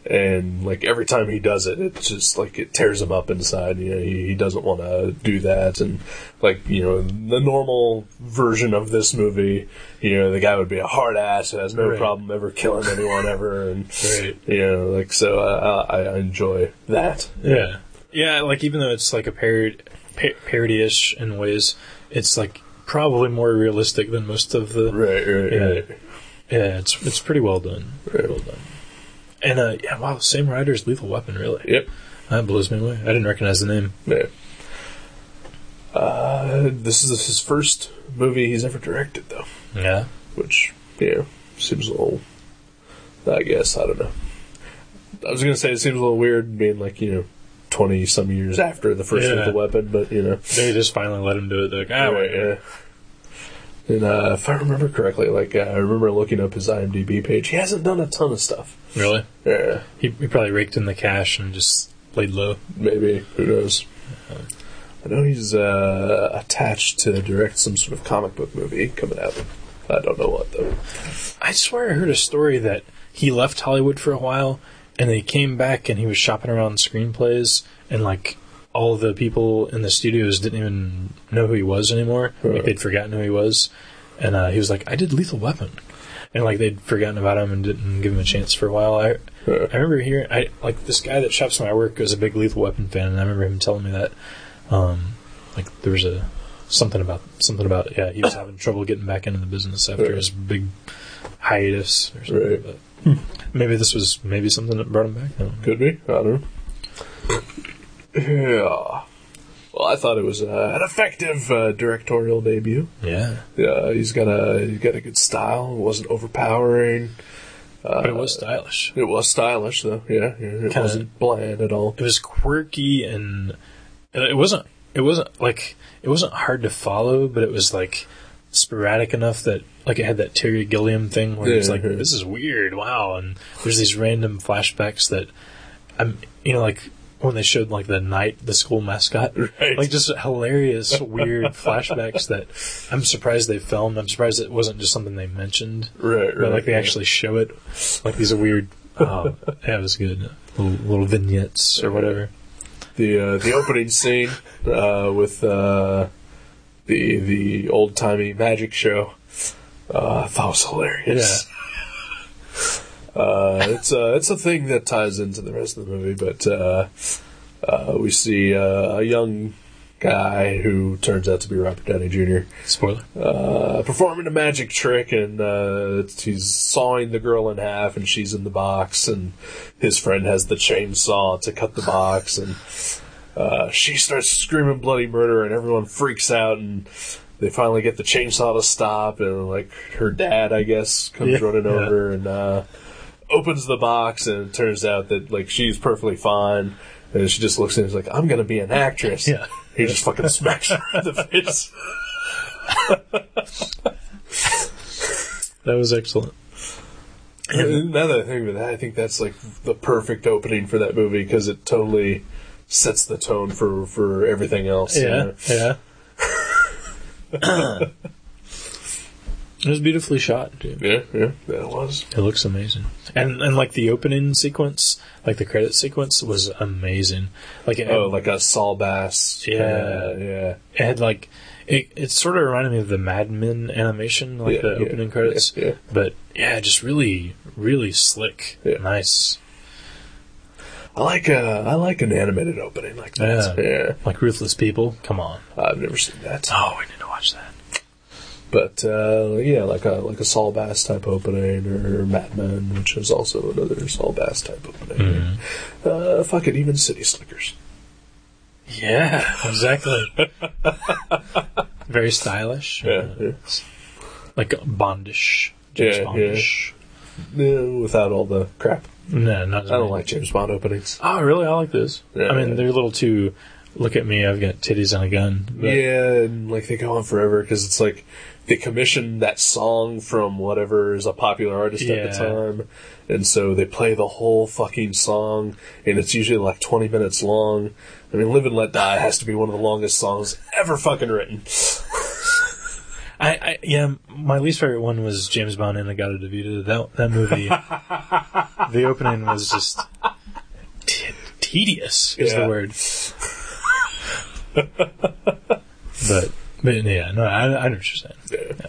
[SPEAKER 2] And like every time he does it, it's just like it tears him up inside. You know, he, he doesn't want to do that. And like you know, the normal version of this movie, you know, the guy would be a hard ass who has no
[SPEAKER 3] Right.
[SPEAKER 2] problem ever killing anyone ever. And
[SPEAKER 3] Right.
[SPEAKER 2] you know, like so I, I, I enjoy that.
[SPEAKER 3] Yeah, yeah. Like even though it's like a parod- pa- parody-ish in ways, it's like probably more realistic than most of the.
[SPEAKER 2] Right, right,
[SPEAKER 3] Yeah.
[SPEAKER 2] right.
[SPEAKER 3] Yeah, it's it's pretty well done.
[SPEAKER 2] Very well done.
[SPEAKER 3] And uh, yeah, wow, same writer as Lethal Weapon, really.
[SPEAKER 2] Yep.
[SPEAKER 3] That blows me away. I didn't recognize the name.
[SPEAKER 2] Yeah. Uh, this is his first movie he's ever directed, though,
[SPEAKER 3] Yeah,
[SPEAKER 2] which you know seems a little. I guess I don't know. I was gonna say it seems a little weird being like you know twenty some years after the first
[SPEAKER 3] Yeah.
[SPEAKER 2] Lethal Weapon, but you know.
[SPEAKER 3] they just finally let him do it. They're like, ah,
[SPEAKER 2] Right,
[SPEAKER 3] wait.
[SPEAKER 2] yeah. And uh, if I remember correctly, like uh, I remember looking up his IMDb page, he hasn't done a ton of stuff.
[SPEAKER 3] really?
[SPEAKER 2] Yeah.
[SPEAKER 3] He, he probably raked in the cash and just laid low.
[SPEAKER 2] Maybe. Who knows? I know he's uh, attached to direct some sort of comic book movie coming out. I don't know what, though.
[SPEAKER 3] I swear I heard a story that he left Hollywood for a while and then he came back and he was shopping around screenplays and like all the people in the studios didn't even know who he was anymore. Like
[SPEAKER 2] Right.
[SPEAKER 3] they'd forgotten who he was. And uh, he was like, I did Lethal Weapon. And like they'd forgotten about him and didn't give him a chance for a while. I I remember hearing I like this guy that shops my work was a big Lethal Weapon fan and I remember him telling me that um like there was a something about something about yeah, he was having trouble getting back into the business after
[SPEAKER 2] Right.
[SPEAKER 3] his big hiatus or something.
[SPEAKER 2] Right.
[SPEAKER 3] But maybe this was maybe something that brought him back. I don't know.
[SPEAKER 2] Could be. I don't know. Yeah. Well, I thought it was uh, an effective uh, directorial debut.
[SPEAKER 3] Yeah,
[SPEAKER 2] Yeah, he's got a he's got a good style. It wasn't overpowering. Uh,
[SPEAKER 3] but it was stylish.
[SPEAKER 2] It was stylish, though. Yeah, yeah, it
[SPEAKER 3] Kinda-
[SPEAKER 2] wasn't bland at all.
[SPEAKER 3] It was quirky and it wasn't. It wasn't like it wasn't hard to follow, but it was like sporadic enough that like it had that Terry Gilliam thing where it's
[SPEAKER 2] Yeah,
[SPEAKER 3] like
[SPEAKER 2] yeah.
[SPEAKER 3] this is weird, wow, and there's these random flashbacks that I'm you know like when they showed like the night the school mascot
[SPEAKER 2] Right.
[SPEAKER 3] like just hilarious weird flashbacks that i'm surprised they filmed i'm surprised it wasn't just something they mentioned
[SPEAKER 2] Right,
[SPEAKER 3] but like they
[SPEAKER 2] yeah.
[SPEAKER 3] actually show it like these weird um yeah, it was good little, little vignettes or whatever
[SPEAKER 2] the uh, the opening scene uh, with uh, the the old timey magic show. Uh, I thought it was hilarious. Uh, it's a it's a thing that ties into the rest of the movie, but uh, uh, we see uh, a young guy who turns out to be Robert Downey Jr.
[SPEAKER 3] Spoiler.
[SPEAKER 2] Uh, performing a magic trick, and uh, he's sawing the girl in half, and she's in the box, and his friend has the chainsaw to cut the box, and uh, she starts screaming bloody murder, and everyone freaks out, and they finally get the chainsaw to stop, and like her dad, I guess, comes
[SPEAKER 3] Yeah.
[SPEAKER 2] running
[SPEAKER 3] Yeah.
[SPEAKER 2] over and uh, opens the box, and it turns out that like she's perfectly fine. And she just looks at him and is like, I'm going to be an actress.
[SPEAKER 3] Yeah.
[SPEAKER 2] He just fucking smacks her in the face.
[SPEAKER 3] That was excellent.
[SPEAKER 2] Another thing with that, I think that's like the perfect opening for that movie because it totally sets the tone for for everything else. you
[SPEAKER 3] Yeah,
[SPEAKER 2] know?
[SPEAKER 3] yeah. it was beautifully shot, dude.
[SPEAKER 2] yeah, yeah, that was.
[SPEAKER 3] It looks amazing. And and like the opening sequence, like the credit sequence was amazing. Like it,
[SPEAKER 2] Oh, like a Saul Bass.
[SPEAKER 3] Yeah.
[SPEAKER 2] yeah,
[SPEAKER 3] it had like it, it sort of reminded me of the Mad Men animation, like
[SPEAKER 2] Yeah,
[SPEAKER 3] the
[SPEAKER 2] yeah,
[SPEAKER 3] opening credits.
[SPEAKER 2] yeah, yeah.
[SPEAKER 3] But yeah, just really really slick.
[SPEAKER 2] Yeah.
[SPEAKER 3] Nice.
[SPEAKER 2] I like a I like an animated opening like that.
[SPEAKER 3] Yeah. Like Ruthless People. Come on.
[SPEAKER 2] yeah. I've never seen that,
[SPEAKER 3] Oh, we need to watch that.
[SPEAKER 2] but uh, yeah, like a like a Saul Bass type opening or Mad Men, which is also another Saul Bass type opening.
[SPEAKER 3] Mm-hmm.
[SPEAKER 2] Uh, fuck it, even City Slickers.
[SPEAKER 3] Yeah, exactly. Very stylish.
[SPEAKER 2] Yeah, yeah.
[SPEAKER 3] Like Bondish. James
[SPEAKER 2] Yeah, yeah.
[SPEAKER 3] Bondish.
[SPEAKER 2] Yeah, without all the crap.
[SPEAKER 3] No, not
[SPEAKER 2] I don't like James Bond openings.
[SPEAKER 3] Oh, really? I like this.
[SPEAKER 2] Yeah.
[SPEAKER 3] I mean, they're a little too. Look at me, I've got titties and a gun. But
[SPEAKER 2] Yeah, and like they go on forever because it's like they commissioned that song from whatever is a popular artist at
[SPEAKER 3] Yeah.
[SPEAKER 2] the time, and so they play the whole fucking song, and it's usually like twenty minutes long. I mean, "Live and Let Die" has to be one of the longest songs ever fucking written.
[SPEAKER 3] I, I, yeah, my least favorite one was James Bond and Agata DeVita. That that movie, the opening was just t- tedious. Is
[SPEAKER 2] Yeah.
[SPEAKER 3] the word. but but yeah, no, I, I know what you're saying.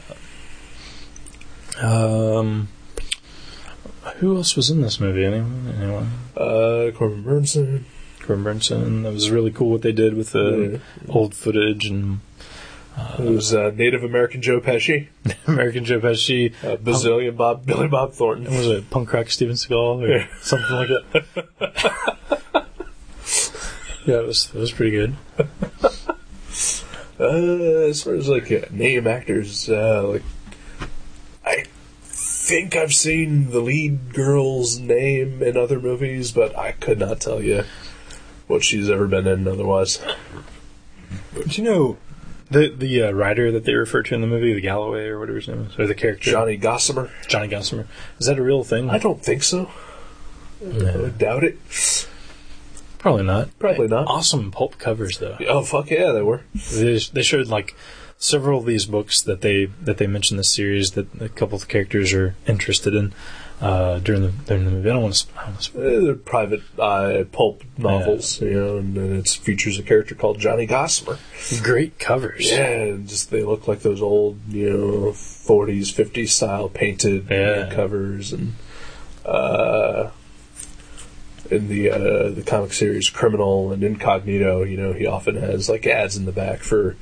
[SPEAKER 3] Um, who else was in this movie? Anyone? Anyone?
[SPEAKER 2] Uh, Corbin Burnson.
[SPEAKER 3] Grim Brinson. That was really cool what they did with the old footage and
[SPEAKER 2] It was uh, Native American Joe Pesci,
[SPEAKER 3] American Joe Pesci.
[SPEAKER 2] uh, Brazilian Bob Billy Bob Thornton.
[SPEAKER 3] Was it punk rock Steven Seagal or
[SPEAKER 2] Yeah.
[SPEAKER 3] something like that? yeah, it was, it was pretty good.
[SPEAKER 2] Uh, as far as like uh, name actors, uh, like I think I've seen the lead girl's name in other movies, but I could not tell you what she's ever been in otherwise.
[SPEAKER 3] Do you know the the uh, writer that they refer to in the movie, the Galloway or whatever his name is, or the character
[SPEAKER 2] Johnny Gossamer?
[SPEAKER 3] Johnny Gossamer? Is that a real thing?
[SPEAKER 2] I don't think so. I would doubt it.
[SPEAKER 3] Probably not.
[SPEAKER 2] Probably not.
[SPEAKER 3] Awesome pulp covers though.
[SPEAKER 2] Oh fuck yeah, they were.
[SPEAKER 3] They, they showed like several of these books that they that they mentioned in the series that a couple of the characters are interested in uh, during the during the movie. I don't want to.
[SPEAKER 2] Uh, They're private uh, pulp novels, you know, and, and it features a character called Johnny Gossamer.
[SPEAKER 3] Great covers.
[SPEAKER 2] Yeah, and just they look like those old, you know, forties, fifties style painted you know,
[SPEAKER 3] Yeah.
[SPEAKER 2] covers, and uh, in the uh, the comic series Criminal and Incognito, you know, he often has like ads in the back for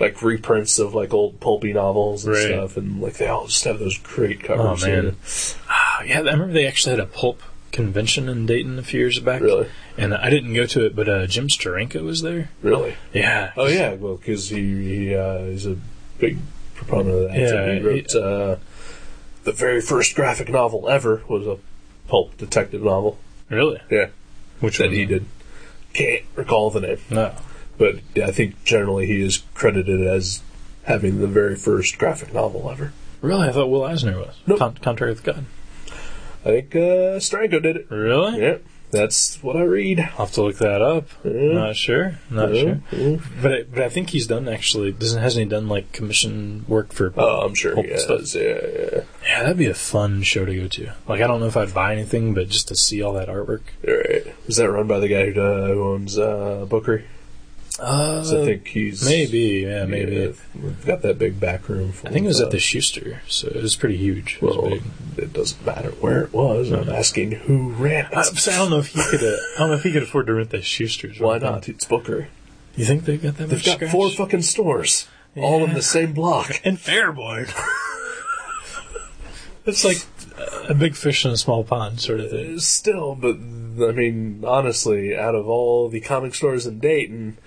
[SPEAKER 2] like reprints of like old pulpy novels and
[SPEAKER 3] Right.
[SPEAKER 2] stuff, and like they all just have those great covers.
[SPEAKER 3] Oh, man.
[SPEAKER 2] you know.
[SPEAKER 3] Ah, yeah. I remember they actually had a pulp convention in Dayton a few years back.
[SPEAKER 2] Really?
[SPEAKER 3] And I didn't go to it, but uh, Jim Steranko was there.
[SPEAKER 2] really.
[SPEAKER 3] Yeah.
[SPEAKER 2] Oh yeah, well, because he he uh, is a big proponent of that.
[SPEAKER 3] Yeah,
[SPEAKER 2] he wrote
[SPEAKER 3] he-
[SPEAKER 2] uh, the very first graphic novel ever was a pulp detective novel.
[SPEAKER 3] Really?
[SPEAKER 2] Yeah,
[SPEAKER 3] Which
[SPEAKER 2] that
[SPEAKER 3] one?
[SPEAKER 2] he did. Can't recall the name,
[SPEAKER 3] No.
[SPEAKER 2] but I think generally he is credited as having the very first graphic novel ever.
[SPEAKER 3] Really? I thought Will Eisner was.
[SPEAKER 2] Nope.
[SPEAKER 3] Con- Contrary with God.
[SPEAKER 2] I think uh, Stranko did it.
[SPEAKER 3] Really?
[SPEAKER 2] Yeah, that's what I read. Oh.
[SPEAKER 3] I'll have to look that up.
[SPEAKER 2] Yeah.
[SPEAKER 3] Not sure. Not
[SPEAKER 2] Yeah,
[SPEAKER 3] sure.
[SPEAKER 2] yeah.
[SPEAKER 3] But I, but I think he's done actually. Doesn't hasn't he done like commission work for?
[SPEAKER 2] Oh, I'm sure
[SPEAKER 3] pulp
[SPEAKER 2] he
[SPEAKER 3] stuff?
[SPEAKER 2] has. Yeah, yeah,
[SPEAKER 3] Yeah, that'd be a fun show to go to. Like I don't know if I'd buy anything, but just to see all that artwork,
[SPEAKER 2] All right. Is that run by the guy who, uh, who owns uh, Bookery?
[SPEAKER 3] Uh,
[SPEAKER 2] 'Cause I think he's
[SPEAKER 3] maybe, yeah, maybe.
[SPEAKER 2] yeah, we've got that big back room. Full
[SPEAKER 3] I think it was
[SPEAKER 2] of,
[SPEAKER 3] at the Schuster, so it was pretty huge. It was
[SPEAKER 2] Well,
[SPEAKER 3] big.
[SPEAKER 2] it doesn't matter where it was. I'm asking who ran
[SPEAKER 3] I,
[SPEAKER 2] it.
[SPEAKER 3] so I don't know if he could. Uh, I don't know if he could afford to rent that Schuster's.
[SPEAKER 2] Why not? It's Booker.
[SPEAKER 3] You think they've got that?
[SPEAKER 2] They've
[SPEAKER 3] much
[SPEAKER 2] got
[SPEAKER 3] scratch?
[SPEAKER 2] four fucking stores, all in the same block.
[SPEAKER 3] and Fairborn. it's like a big fish in a small pond sort of thing.
[SPEAKER 2] Uh, Still, but I mean, honestly, out of all the comic stores in Dayton,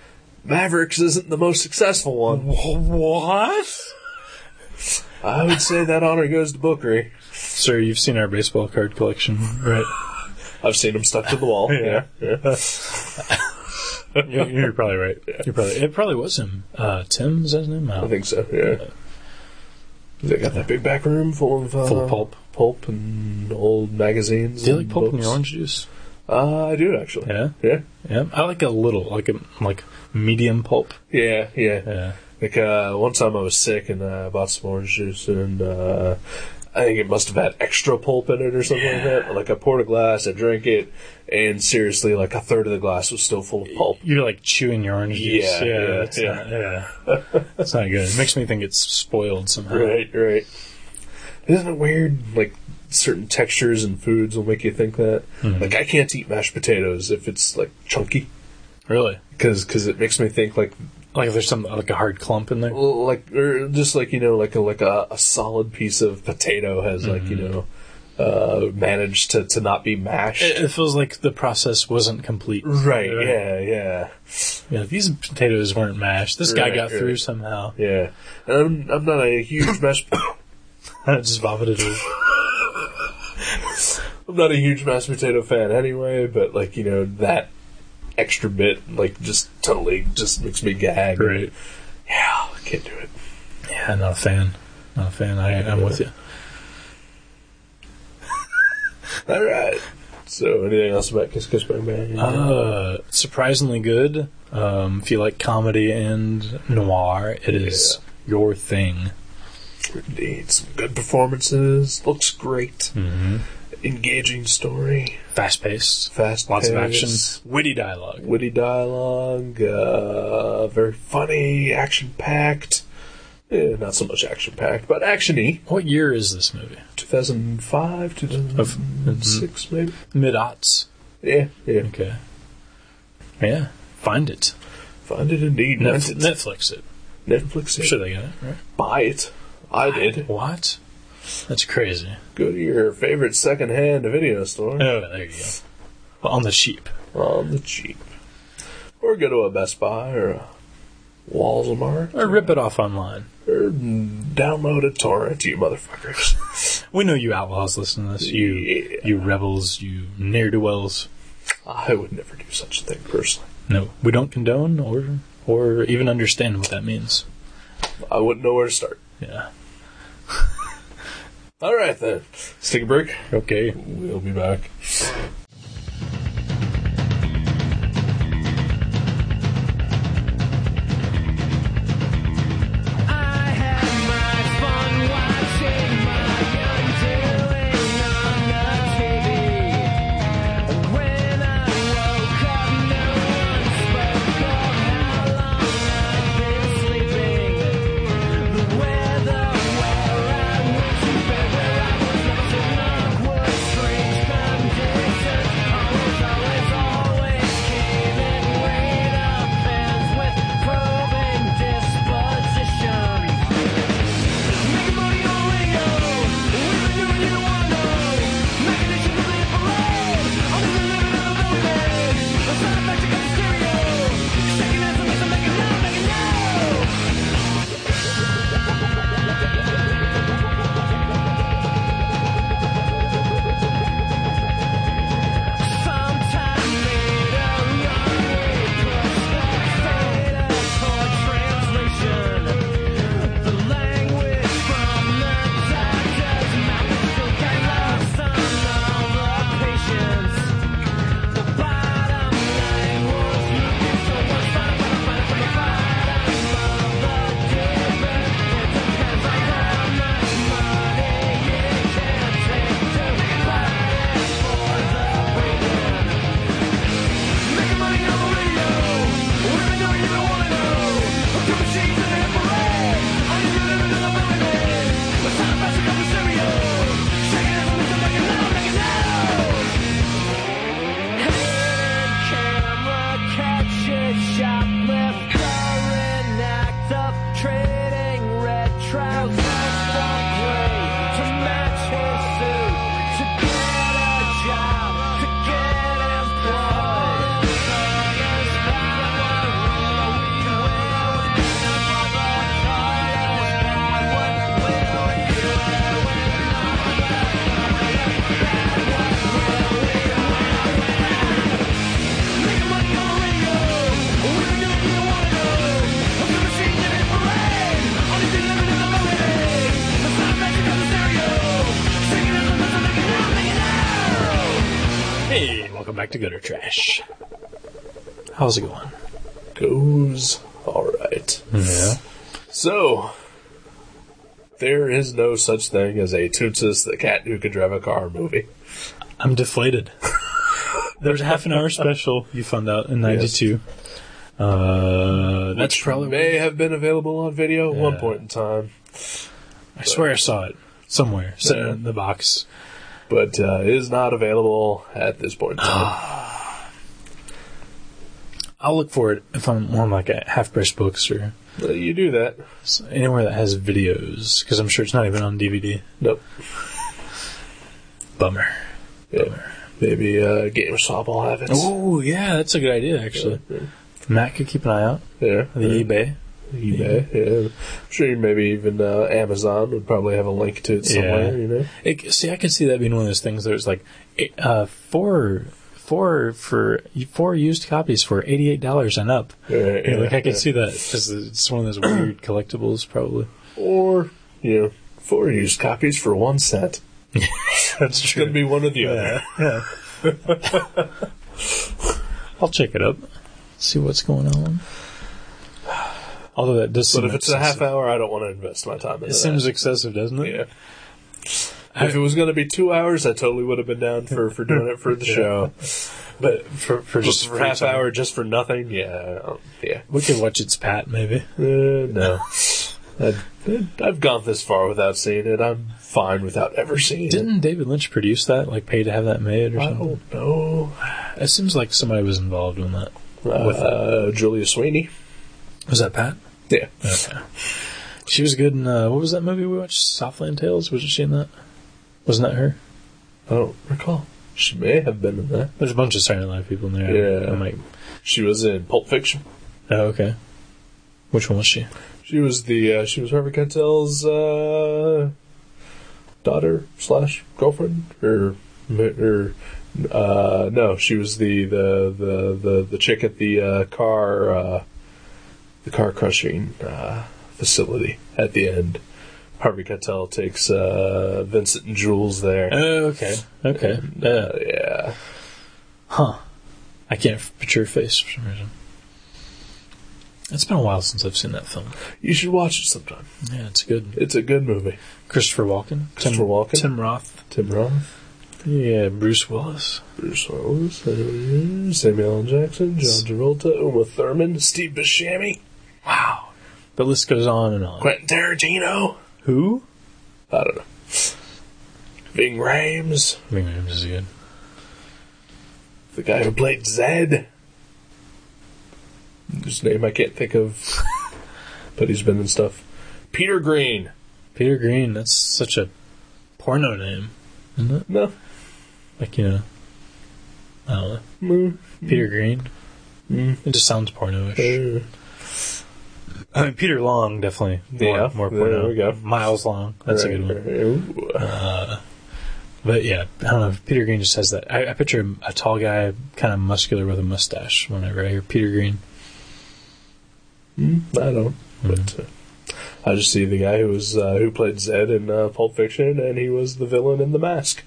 [SPEAKER 2] Mavericks isn't the most successful one.
[SPEAKER 3] What?
[SPEAKER 2] I would say that honor goes to Bookery.
[SPEAKER 3] Sir, you've seen our baseball card collection, right?
[SPEAKER 2] I've seen them stuck to the wall.
[SPEAKER 3] Yeah.
[SPEAKER 2] yeah.
[SPEAKER 3] You're, you're probably right. You're probably. It probably was him. Uh, Tim is that his name? I
[SPEAKER 2] I
[SPEAKER 3] don't
[SPEAKER 2] think so. Yeah. They got that big back room full of uh,
[SPEAKER 3] Full of pulp.
[SPEAKER 2] pulp and old magazines.
[SPEAKER 3] Do you like
[SPEAKER 2] and
[SPEAKER 3] pulp in
[SPEAKER 2] books.
[SPEAKER 3] your orange juice?
[SPEAKER 2] Uh, I do actually.
[SPEAKER 3] Yeah,
[SPEAKER 2] Yeah.
[SPEAKER 3] yeah. I like a little, like a like medium pulp.
[SPEAKER 2] Yeah. Yeah.
[SPEAKER 3] Yeah.
[SPEAKER 2] Like uh, one time I was sick and uh, I bought some orange juice and uh, I think it must have had extra pulp in it or something like that. Like I poured a glass, I drank it, and seriously, like a third of the glass was still full of pulp.
[SPEAKER 3] You're like chewing your orange juice.
[SPEAKER 2] Yeah, yeah,
[SPEAKER 3] that's
[SPEAKER 2] yeah.
[SPEAKER 3] Not, yeah. that's not good. It makes me think it's spoiled somehow.
[SPEAKER 2] Right, right. Isn't it weird? Like certain textures and foods will make you think that.
[SPEAKER 3] Hmm.
[SPEAKER 2] Like I can't eat mashed potatoes if it's like chunky
[SPEAKER 3] Really?
[SPEAKER 2] because it makes me think like
[SPEAKER 3] Like if there's some like a hard clump in there.
[SPEAKER 2] Well, like or just like you know like a like a, a solid piece of potato has like you know uh managed to to not be mashed
[SPEAKER 3] It, it feels like the process wasn't complete.
[SPEAKER 2] Eh, right, yeah yeah
[SPEAKER 3] Yeah, these potatoes weren't mashed. This guy
[SPEAKER 2] Right,
[SPEAKER 3] got
[SPEAKER 2] right.
[SPEAKER 3] through somehow.
[SPEAKER 2] yeah and i'm i'm not a huge mashed
[SPEAKER 3] I just vomited. it.
[SPEAKER 2] i'm not a huge mashed potato fan anyway but like you know that extra bit like just totally just makes me gag
[SPEAKER 3] Great.
[SPEAKER 2] yeah i can't do it
[SPEAKER 3] Yeah, not a fan. Not a fan. I, I'm with you.
[SPEAKER 2] all right so anything else about kiss kiss bang bang
[SPEAKER 3] Uh, surprisingly good. Um, if you like comedy and noir, it is your thing.
[SPEAKER 2] indeed some good performances looks great engaging story
[SPEAKER 3] Fast paced,
[SPEAKER 2] fast,
[SPEAKER 3] lots of
[SPEAKER 2] paced,
[SPEAKER 3] action, witty dialogue.
[SPEAKER 2] witty dialogue, uh, very funny, action packed. Eh, not so much action packed, but actiony.
[SPEAKER 3] What year is this movie?
[SPEAKER 2] 2005, 2006, maybe.
[SPEAKER 3] Mid aughts.
[SPEAKER 2] Yeah, yeah.
[SPEAKER 3] Okay. Yeah, find it.
[SPEAKER 2] Find it indeed.
[SPEAKER 3] Netf-
[SPEAKER 2] Rent it.
[SPEAKER 3] Netflix it.
[SPEAKER 2] Netflix.
[SPEAKER 3] I'm
[SPEAKER 2] it.
[SPEAKER 3] sure they got it. Right?
[SPEAKER 2] buy it. I did.
[SPEAKER 3] What? That's crazy.
[SPEAKER 2] Go to your favorite secondhand video store
[SPEAKER 3] Oh, there you go. Well, on the cheap.
[SPEAKER 2] on the cheap, or go to a Best Buy or a Walmart,
[SPEAKER 3] Or rip it off online.
[SPEAKER 2] or download a torrent, you motherfuckers.
[SPEAKER 3] We know you outlaws listen to this. You,
[SPEAKER 2] Yeah.
[SPEAKER 3] you rebels, you ne'er do wells.
[SPEAKER 2] I would never do such a thing personally.
[SPEAKER 3] No, we don't condone or or even understand what that means.
[SPEAKER 2] I wouldn't know where to start.
[SPEAKER 3] Yeah.
[SPEAKER 2] All right then, let's take a break.
[SPEAKER 3] Okay.
[SPEAKER 2] We'll be back.
[SPEAKER 5] Strange conditions
[SPEAKER 3] back to gutter trash. How's it going?
[SPEAKER 2] Goes all right.
[SPEAKER 3] Yeah.
[SPEAKER 2] So, there is no such thing as a Tootsis the Cat Who Could Drive a Car movie.
[SPEAKER 3] I'm deflated. There's a half an hour special you found out in '92. Uh, that's
[SPEAKER 2] which
[SPEAKER 3] probably.
[SPEAKER 2] may have been available on video at one
[SPEAKER 3] Yeah.
[SPEAKER 2] point in time,
[SPEAKER 3] I swear I saw it somewhere, sitting
[SPEAKER 2] Yeah.
[SPEAKER 3] in the box.
[SPEAKER 2] but uh, is not available at this point in
[SPEAKER 3] Ah.
[SPEAKER 2] time.
[SPEAKER 3] I'll look for it if I'm on like a half price books or
[SPEAKER 2] Uh, you do that.
[SPEAKER 3] s- anywhere that has videos, because I'm sure it's not even on DVD.
[SPEAKER 2] Nope.
[SPEAKER 3] Bummer.
[SPEAKER 2] Yeah. Maybe uh, GameStop will have it.
[SPEAKER 3] Oh yeah, that's a good idea actually. Matt could keep an eye out
[SPEAKER 2] Yeah.
[SPEAKER 3] on the eBay.
[SPEAKER 2] eBay. Yeah. I'm sure maybe even uh, Amazon would probably have a link to it somewhere,
[SPEAKER 3] Yeah.
[SPEAKER 2] you know?
[SPEAKER 3] It, see, I can see that being one of those things. There's like eh, uh, four, four for four used copies for eighty eight dollars and up.
[SPEAKER 2] Yeah,
[SPEAKER 3] Yeah, like
[SPEAKER 2] yeah,
[SPEAKER 3] I can
[SPEAKER 2] yeah.
[SPEAKER 3] see that 'cause it's one of those weird collectibles, probably.
[SPEAKER 2] Or, you know, four used copies for one cent.
[SPEAKER 3] That's
[SPEAKER 2] It's going to be one or the other.
[SPEAKER 3] Yeah. yeah. I'll check it up, see what's going on. Although that does
[SPEAKER 2] But
[SPEAKER 3] seem
[SPEAKER 2] if it's a half
[SPEAKER 3] excessive.
[SPEAKER 2] hour, I don't want to invest my time in
[SPEAKER 3] it seems excessive, doesn't it?
[SPEAKER 2] Yeah. If it was going to be two hours, I totally would have been down for, for doing it for the show.
[SPEAKER 3] But for for
[SPEAKER 2] Just
[SPEAKER 3] just
[SPEAKER 2] for
[SPEAKER 3] free
[SPEAKER 2] half
[SPEAKER 3] time.
[SPEAKER 2] hour, just for nothing. Yeah, I don't- yeah.
[SPEAKER 3] we could watch its pat maybe.
[SPEAKER 2] Uh, no, I'd- I've gone this far without seeing it. I'm fine without ever seeing it.
[SPEAKER 3] Didn't David Lynch produce that? Like pay to have that made or
[SPEAKER 2] I
[SPEAKER 3] something?
[SPEAKER 2] don't know.
[SPEAKER 3] It seems like somebody was involved in that. With
[SPEAKER 2] Uh, Julia Sweeney.
[SPEAKER 3] Was that Pat?
[SPEAKER 2] Yeah.
[SPEAKER 3] Okay. She was good in uh, what was that movie we watched? Southland Tales. Wasn't she in that? Wasn't that her?
[SPEAKER 2] I don't recall. She may have been in that.
[SPEAKER 3] There's a bunch of Saturday Night Live people in there.
[SPEAKER 2] Yeah.
[SPEAKER 3] I'm like,
[SPEAKER 2] She was in Pulp Fiction.
[SPEAKER 3] oh okay. Which one was she?
[SPEAKER 2] She was the uh, she was Harvey Keitel's uh, daughter slash girlfriend or or uh, no, she was the the the the, the chick at the uh, car uh, the car crushing uh, facility at the end. Harvey Keitel takes uh, Vincent and Jules there.
[SPEAKER 3] Oh okay. Okay.
[SPEAKER 2] Uh,
[SPEAKER 3] Uh,
[SPEAKER 2] yeah,
[SPEAKER 3] huh. I can't f- picture her face for some reason. It's been a while since I've seen that film.
[SPEAKER 2] you should watch it sometime.
[SPEAKER 3] Yeah, it's good.
[SPEAKER 2] It's a good movie.
[SPEAKER 3] Christopher Walken.
[SPEAKER 2] Christopher Walken.
[SPEAKER 3] Tim Roth.
[SPEAKER 2] Tim Roth,
[SPEAKER 3] Yeah, Bruce Willis.
[SPEAKER 2] Bruce Willis, uh, Samuel L. Jackson, John Travolta, Uma Thurman, Steve Buscemi,
[SPEAKER 3] Wow. The list goes on and on.
[SPEAKER 2] Quentin Tarantino.
[SPEAKER 3] Who?
[SPEAKER 2] I don't know. Ving Rhames,
[SPEAKER 3] I think Rams is good.
[SPEAKER 2] the guy who played Zed. Whose name I can't think of, but he's been in stuff. Peter Green.
[SPEAKER 3] Peter Green, that's such a porno name, isn't it?
[SPEAKER 2] No.
[SPEAKER 3] Like, you know, I don't know.
[SPEAKER 2] Mm.
[SPEAKER 3] Peter Green?
[SPEAKER 2] Mm.
[SPEAKER 3] It just sounds porno-ish.
[SPEAKER 2] Uh,
[SPEAKER 3] I mean, Peter Long, definitely. More,
[SPEAKER 2] Yeah,
[SPEAKER 3] more
[SPEAKER 2] there
[SPEAKER 3] porno.
[SPEAKER 2] we go.
[SPEAKER 3] Miles Long, that's a good one.
[SPEAKER 2] Ooh.
[SPEAKER 3] But yeah, I don't know. Peter Green just has that. I, I picture him a tall guy, kind of muscular with a mustache whenever I hear Peter Green.
[SPEAKER 2] Hmm, I don't.
[SPEAKER 3] Hmm.
[SPEAKER 2] But uh, I just see the guy who was uh, who played Zed in uh, Pulp Fiction, and he was the villain in The Mask.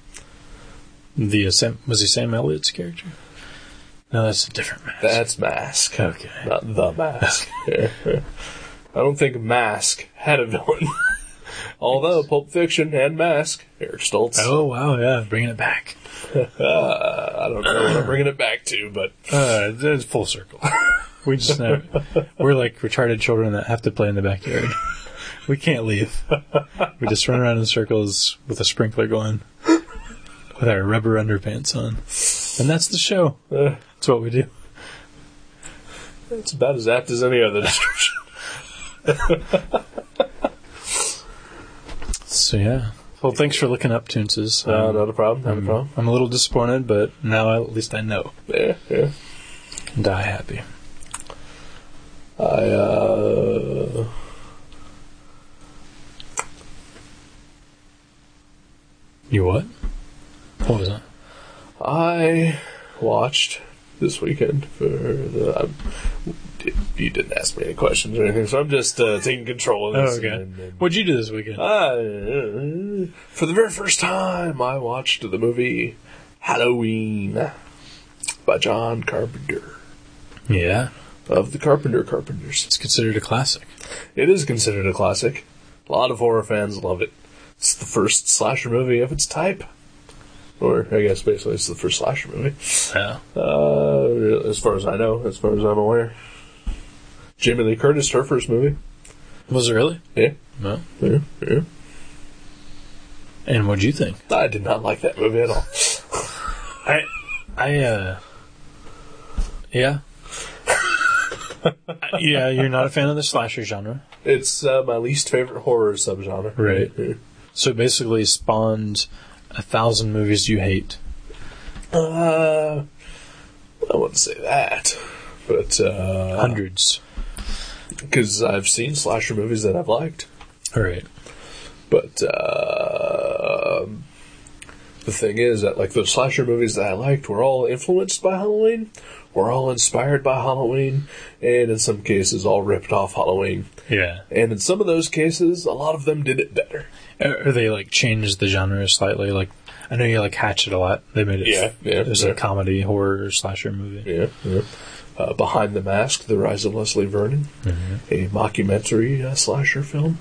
[SPEAKER 3] The uh, Sam, Was he Sam Elliott's character? No, that's a different mask.
[SPEAKER 2] That's Mask,
[SPEAKER 3] okay.
[SPEAKER 2] not The Mask. Yeah. I don't think Mask had a villain. Although Pulp Fiction and Mask, Eric Stoltz.
[SPEAKER 3] Oh, wow, yeah, bringing it back.
[SPEAKER 2] Uh, I don't know what I'm bringing it back to, but
[SPEAKER 3] Uh, it's full circle. We just never, we're like retarded children that have to play in the backyard. We can't leave. We just run around in circles with a sprinkler going, with our rubber underpants on, and that's the show.
[SPEAKER 2] uh,
[SPEAKER 3] That's what we do.
[SPEAKER 2] it's about as apt as any other description.
[SPEAKER 3] So yeah. Well, thanks for looking up Toonses.
[SPEAKER 2] no,
[SPEAKER 3] Um,
[SPEAKER 2] not a problem. Not a problem.
[SPEAKER 3] I'm a little disappointed, but now at least I know.
[SPEAKER 2] Yeah, yeah.
[SPEAKER 3] And die happy.
[SPEAKER 2] I uh
[SPEAKER 3] You what? What was that?
[SPEAKER 2] I watched this weekend for the. I'm, you didn't ask me any questions or anything, so I'm just uh, taking control of this. and- Uh, and-
[SPEAKER 3] Oh, What'd you do this weekend?
[SPEAKER 2] I- for the very first time, I watched the movie Halloween. by John Carpenter
[SPEAKER 3] Yeah,
[SPEAKER 2] of the Carpenter Carpenters.
[SPEAKER 3] it's considered a classic.
[SPEAKER 2] It is considered a classic. A lot of horror fans love it. It's the first slasher movie of its type. Or, I guess, basically, it's the first slasher movie.
[SPEAKER 3] Yeah.
[SPEAKER 2] Uh, as far as I know, as far as I'm aware. Jamie Lee Curtis, her first movie.
[SPEAKER 3] Was it really?
[SPEAKER 2] Yeah,
[SPEAKER 3] No.
[SPEAKER 2] yeah, yeah.
[SPEAKER 3] And what'd you think?
[SPEAKER 2] I did not like that movie at all.
[SPEAKER 3] I, I, uh, yeah. I- yeah, you're not a fan of the slasher genre.
[SPEAKER 2] It's uh, my least favorite horror subgenre.
[SPEAKER 3] Right.
[SPEAKER 2] Yeah.
[SPEAKER 3] So it basically spawned a thousand movies you hate.
[SPEAKER 2] Uh, I wouldn't say that, but uh
[SPEAKER 3] Hundreds.
[SPEAKER 2] because I've seen slasher movies that I've liked,
[SPEAKER 3] All right.
[SPEAKER 2] but uh, the thing is that like those slasher movies that I liked were all influenced by Halloween, were all inspired by Halloween, and in some cases all ripped off Halloween.
[SPEAKER 3] Yeah.
[SPEAKER 2] And in some of those cases, a lot of them did it better.
[SPEAKER 3] Or or they like changed the genre slightly. Like I know you like Hatchet a lot. They made it.
[SPEAKER 2] Yeah, yeah,
[SPEAKER 3] It was
[SPEAKER 2] yeah.
[SPEAKER 3] a comedy horror slasher movie.
[SPEAKER 2] Yeah, yeah. Uh, Behind the Mask: The Rise of Leslie Vernon,
[SPEAKER 3] Mm-hmm.
[SPEAKER 2] a mockumentary uh, slasher film.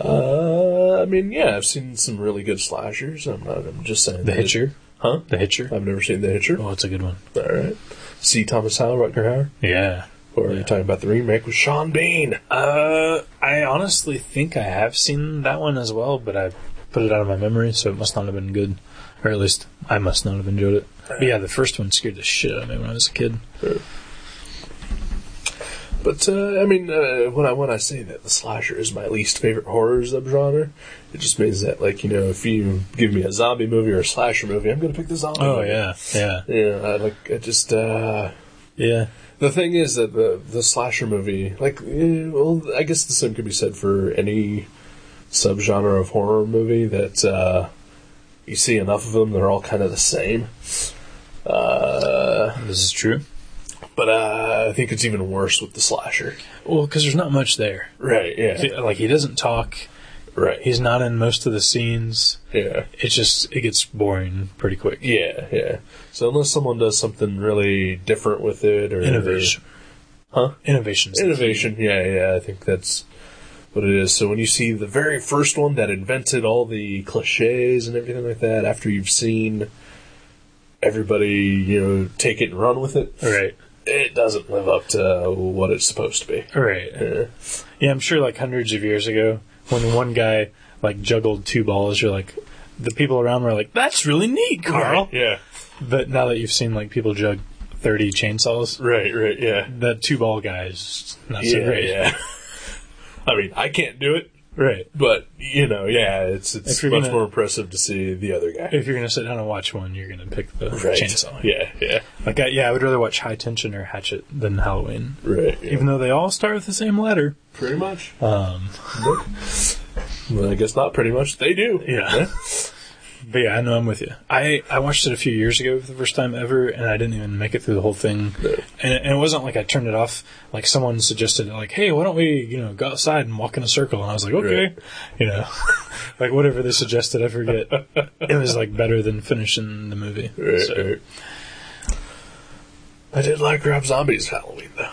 [SPEAKER 2] Uh, I mean, yeah, I've seen some really good slashers. I'm not. I'm just saying.
[SPEAKER 3] The
[SPEAKER 2] that-
[SPEAKER 3] Hitcher.
[SPEAKER 2] huh?
[SPEAKER 3] The Hitcher.
[SPEAKER 2] I've never seen The Hitcher.
[SPEAKER 3] Oh, it's a good one.
[SPEAKER 2] All right. See Thomas Howell, Rutger Hauer.
[SPEAKER 3] Yeah.
[SPEAKER 2] Or you're talking about the remake with Sean Bean.
[SPEAKER 3] Uh, I honestly think I have seen that one as well, but I put it out of my memory, so it must not have been good, or at least I must not have enjoyed it. But yeah, the first one scared the shit out of me when I was a kid.
[SPEAKER 2] But uh, I mean, uh, when I when I say that the slasher is my least favorite horror subgenre, it just means that like you know, if you give me a zombie movie or a slasher movie, I'm gonna pick the zombie.
[SPEAKER 3] Oh
[SPEAKER 2] movie.
[SPEAKER 3] yeah, yeah,
[SPEAKER 2] Yeah, I like I just uh
[SPEAKER 3] yeah.
[SPEAKER 2] the thing is that the the slasher movie like eh, well I guess the same could be said for any subgenre of horror movie that uh you see enough of them they're all kind of the same. Uh
[SPEAKER 3] This is true.
[SPEAKER 2] but uh, I think it's even worse with the slasher.
[SPEAKER 3] Well, because there's not much there.
[SPEAKER 2] Right, yeah.
[SPEAKER 3] Like he doesn't talk.
[SPEAKER 2] Right.
[SPEAKER 3] He's not in most of the scenes.
[SPEAKER 2] yeah.
[SPEAKER 3] It's just it gets boring pretty quick.
[SPEAKER 2] Yeah, yeah. So unless someone does something really different with it or
[SPEAKER 3] Innovation,
[SPEAKER 2] Huh?
[SPEAKER 3] Innovations.
[SPEAKER 2] Innovation, yeah, yeah, I think that's what it is. So when you see the very first one that invented all the cliches and everything like that, after you've seen everybody, you know, take it and run with it,
[SPEAKER 3] Right.
[SPEAKER 2] it doesn't live up to what it's supposed to be. Uh,
[SPEAKER 3] Right.
[SPEAKER 2] Yeah.
[SPEAKER 3] Yeah, I'm sure like hundreds of years ago, when one guy like juggled two balls, you're like, the people around were like, "That's really neat, Carl."
[SPEAKER 2] Yeah.
[SPEAKER 3] But now that you've seen like people jug thirty chainsaws,
[SPEAKER 2] Right, right, yeah.
[SPEAKER 3] the two ball guy is not so
[SPEAKER 2] Yeah,
[SPEAKER 3] great.
[SPEAKER 2] yeah. I mean, I can't do it,
[SPEAKER 3] Right.
[SPEAKER 2] but you know, yeah, it's it's
[SPEAKER 3] If you're
[SPEAKER 2] much
[SPEAKER 3] gonna-
[SPEAKER 2] more impressive to see the other guy.
[SPEAKER 3] If you're gonna sit down and watch one, you're gonna pick the chainsaw.
[SPEAKER 2] Yeah, yeah.
[SPEAKER 3] Like, I, yeah, I would rather watch High Tension or Hatchet than Halloween,
[SPEAKER 2] Right.
[SPEAKER 3] even though they all start with the same letter.
[SPEAKER 2] pretty much.
[SPEAKER 3] Um,
[SPEAKER 2] Well, I guess not pretty much. They do.
[SPEAKER 3] Yeah. but yeah, I know I'm with you. I, I watched it a few years ago for the first time ever, and I didn't even make it through the whole thing. And, it- and it wasn't like I turned it off. Like someone suggested, like, hey, why don't we, you know, go outside and walk in a circle? And I was like, okay,
[SPEAKER 2] Right.
[SPEAKER 3] you know, like whatever they suggested, I forget. it was like better than finishing the movie.
[SPEAKER 2] Right,
[SPEAKER 3] So,
[SPEAKER 2] right. I did like Rob Zombie's Halloween though.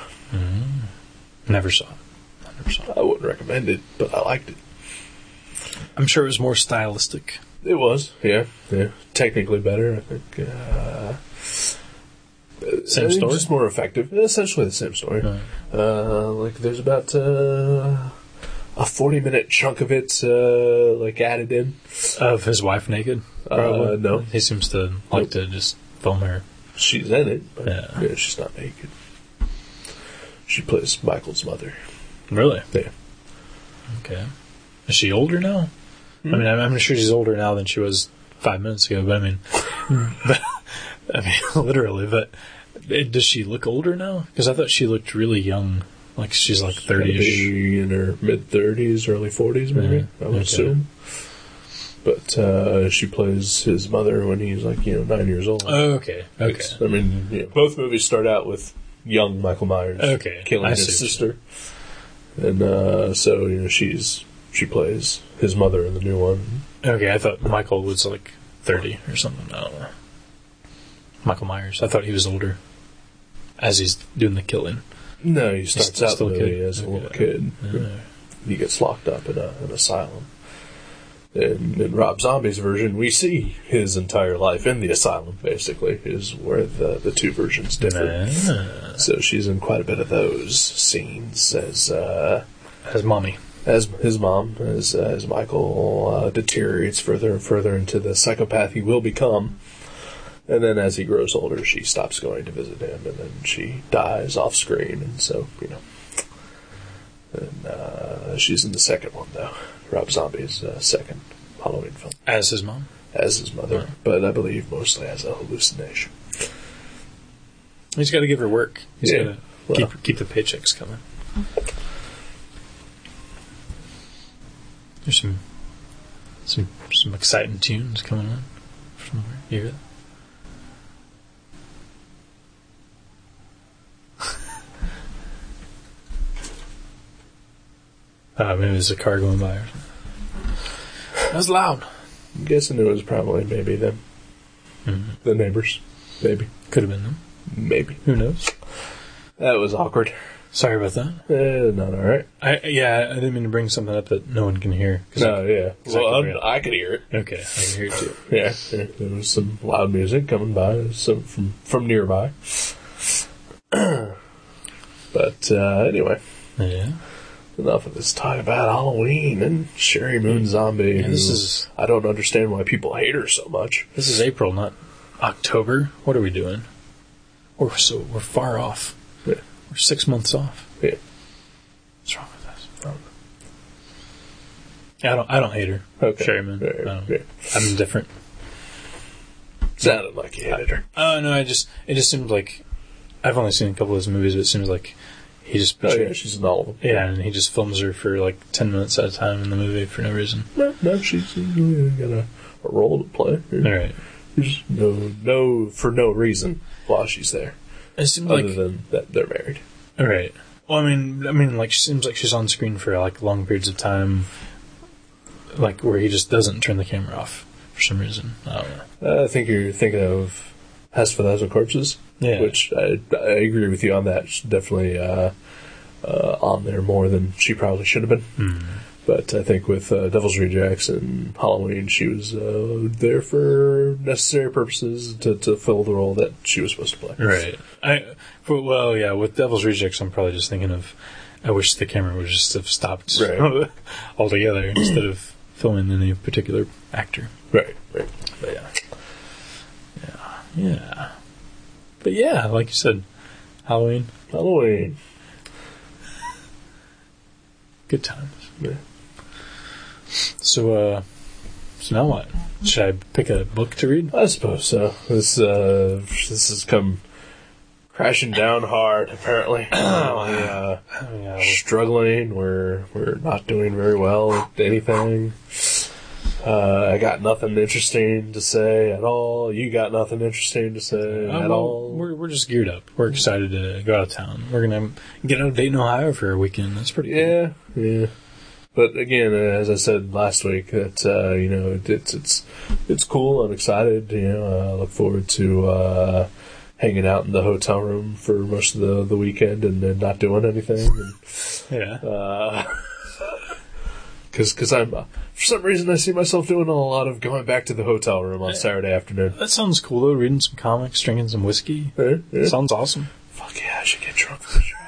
[SPEAKER 3] Never saw. it. Never saw. it.
[SPEAKER 2] I wouldn't recommend it, but I liked it.
[SPEAKER 3] I'm sure it was more stylistic.
[SPEAKER 2] It was, yeah, yeah. Technically better, I think. Uh,
[SPEAKER 3] Same
[SPEAKER 2] I think
[SPEAKER 3] story?
[SPEAKER 2] just more effective. Essentially the same story.
[SPEAKER 3] Right.
[SPEAKER 2] Uh, like there's about uh, a forty-minute chunk of it uh, like added in.
[SPEAKER 3] Of his wife naked?
[SPEAKER 2] Uh,
[SPEAKER 3] probably.
[SPEAKER 2] no.
[SPEAKER 3] He seems to like to just film her.
[SPEAKER 2] She's in it, but
[SPEAKER 3] Yeah.
[SPEAKER 2] yeah, she's not naked. She plays Michael's mother.
[SPEAKER 3] Really?
[SPEAKER 2] Yeah.
[SPEAKER 3] Okay. Is she older now? I mean, I'm, I'm sure she's older now than she was five minutes ago, but I mean, but, I mean, literally, but it, does she look older now? Because I thought she looked really young. Like she's like 30 ish.
[SPEAKER 2] Maybe in her mid 30s, early 40s, maybe,
[SPEAKER 3] Mhm.
[SPEAKER 2] I would
[SPEAKER 3] Okay.
[SPEAKER 2] assume. But uh, she plays his mother when he's like, you know, nine years old.
[SPEAKER 3] Oh, okay. Okay.
[SPEAKER 2] It's- I mean, you know, both movies start out with young Michael Myers
[SPEAKER 3] Okay,
[SPEAKER 2] killing
[SPEAKER 3] I see
[SPEAKER 2] his
[SPEAKER 3] what you-
[SPEAKER 2] sister. And uh, so, you know, she's she plays his mother in the new one.
[SPEAKER 3] Okay, I thought Michael was like 30 or something. I don't know. Michael Myers. I thought he was older as he's doing the killing.
[SPEAKER 2] No, he starts out
[SPEAKER 3] still
[SPEAKER 2] the
[SPEAKER 3] a
[SPEAKER 2] movie
[SPEAKER 3] kid.
[SPEAKER 2] as a little
[SPEAKER 3] Okay.
[SPEAKER 2] kid.
[SPEAKER 3] Yeah.
[SPEAKER 2] He gets locked up in a, an asylum. And in Rob Zombie's version, we see his entire life in the asylum, basically, is where the, the two versions differ.
[SPEAKER 3] Ah.
[SPEAKER 2] So she's in quite a bit of those scenes as uh,
[SPEAKER 3] As mommy.
[SPEAKER 2] as his mom, as uh, as Michael uh, deteriorates further and further into the psychopath he will become, and then as he grows older, she stops going to visit him, and then she dies off screen, and so you know. And uh, she's in the second one though, Rob Zombie's uh, second Halloween film,
[SPEAKER 3] As his mom.
[SPEAKER 2] as his mother, but I believe mostly as a hallucination.
[SPEAKER 3] He's got to give her work. He's
[SPEAKER 2] Yeah.
[SPEAKER 3] got to
[SPEAKER 2] Well.
[SPEAKER 3] keep keep the paychecks coming. There's some some some exciting tunes coming on from where you hear that. Uh, maybe there's a car going by or something. That was loud.
[SPEAKER 2] I'm guessing it was probably maybe them,
[SPEAKER 3] Mhm.
[SPEAKER 2] the neighbors, maybe,
[SPEAKER 3] Could have been them.
[SPEAKER 2] maybe.
[SPEAKER 3] Who knows?
[SPEAKER 2] That was awkward.
[SPEAKER 3] Sorry about that.
[SPEAKER 2] Eh, not all right.
[SPEAKER 3] I yeah, I didn't mean to bring something up that no one can hear. 'cause I-
[SPEAKER 2] No, yeah.
[SPEAKER 3] I
[SPEAKER 2] Well,
[SPEAKER 3] could
[SPEAKER 2] I,
[SPEAKER 3] hear it.
[SPEAKER 2] I could hear it.
[SPEAKER 3] okay, I can hear it too.
[SPEAKER 2] Yeah, yeah, there was some loud music coming by, some from from nearby. but uh, anyway,
[SPEAKER 3] Yeah,
[SPEAKER 2] enough of this talk about Halloween and Sherry Moon Zombie.
[SPEAKER 3] Yeah, this
[SPEAKER 2] who
[SPEAKER 3] is-
[SPEAKER 2] I don't understand why people hate her so much.
[SPEAKER 3] this is April, not October. What are we doing? We're so we're far off.
[SPEAKER 2] Yeah.
[SPEAKER 3] We're six months off.
[SPEAKER 2] Yeah.
[SPEAKER 3] What's wrong with us? Yeah, I don't. I don't hate her.
[SPEAKER 2] Okay. Oh.
[SPEAKER 3] Sherry Moon.
[SPEAKER 2] Yeah,
[SPEAKER 3] I don't.
[SPEAKER 2] yeah.
[SPEAKER 3] I'm different.
[SPEAKER 2] Sounded like you hated her.
[SPEAKER 3] Oh no, I just it just seemed like I've only seen a couple of his movies, but it seems like he just
[SPEAKER 2] Oh yeah, she's in all of them.
[SPEAKER 3] yeah, and he just films her for like ten minutes at a time in the movie for no reason.
[SPEAKER 2] No, no, she's she's really got a, a role to play.
[SPEAKER 3] All right.
[SPEAKER 2] There's no, no, for no reason why she's there,
[SPEAKER 3] It seemed
[SPEAKER 2] other
[SPEAKER 3] like
[SPEAKER 2] than that they're married.
[SPEAKER 3] All right. Well, I mean, I mean, like, she seems like she's on screen for like long periods of time, like where he just doesn't turn the camera off for some reason. Um, I don't know.
[SPEAKER 2] Uh, I think you're thinking of House of a Thousand Corpses.
[SPEAKER 3] Yeah.
[SPEAKER 2] Which I, I agree with you on that. She's definitely uh, uh, on there more than she probably should have been.
[SPEAKER 3] Hmm.
[SPEAKER 2] But I think with uh, Devil's Rejects and Halloween, she was uh, there for necessary purposes to, to fill the role that she was supposed to play.
[SPEAKER 3] Right. I. But, well, yeah. With Devil's Rejects, I'm probably just thinking of. I wish the camera would just have stopped
[SPEAKER 2] Right.
[SPEAKER 3] altogether instead of filming any particular actor.
[SPEAKER 2] Right. Right.
[SPEAKER 3] But yeah. Yeah. Yeah. But yeah, like you said, Halloween,
[SPEAKER 2] Halloween.
[SPEAKER 3] good times.
[SPEAKER 2] Yeah.
[SPEAKER 3] So, uh, so now what? Should I pick a book to read?
[SPEAKER 2] I suppose so. This uh, this has come crashing down hard. Apparently. uh,
[SPEAKER 3] Yeah,
[SPEAKER 2] struggling. We're we're not doing very well at anything. Uh, I got nothing interesting to say at all. You got nothing interesting to say
[SPEAKER 3] Uh, well,
[SPEAKER 2] Uh, at all.
[SPEAKER 3] We're, we're just geared up. We're excited to go out of town. We're gonna get out of Dayton, Ohio for a weekend. That's pretty. cool.
[SPEAKER 2] yeah, yeah. But again, uh, as I said last week, that uh, you know it, it's it's it's cool. I'm excited. You know, uh, I look forward to uh, hanging out in the hotel room for most of the the weekend and, and not doing anything. And,
[SPEAKER 3] yeah.
[SPEAKER 2] because because Uh, I'm uh, for some reason I see myself doing a lot of going back to the hotel room on Saturday afternoon.
[SPEAKER 3] that sounds cool though. Reading some comics, drinking some whiskey.
[SPEAKER 2] Eh, eh.
[SPEAKER 3] Sounds awesome.
[SPEAKER 2] Fuck yeah, I should get drunk. For sure.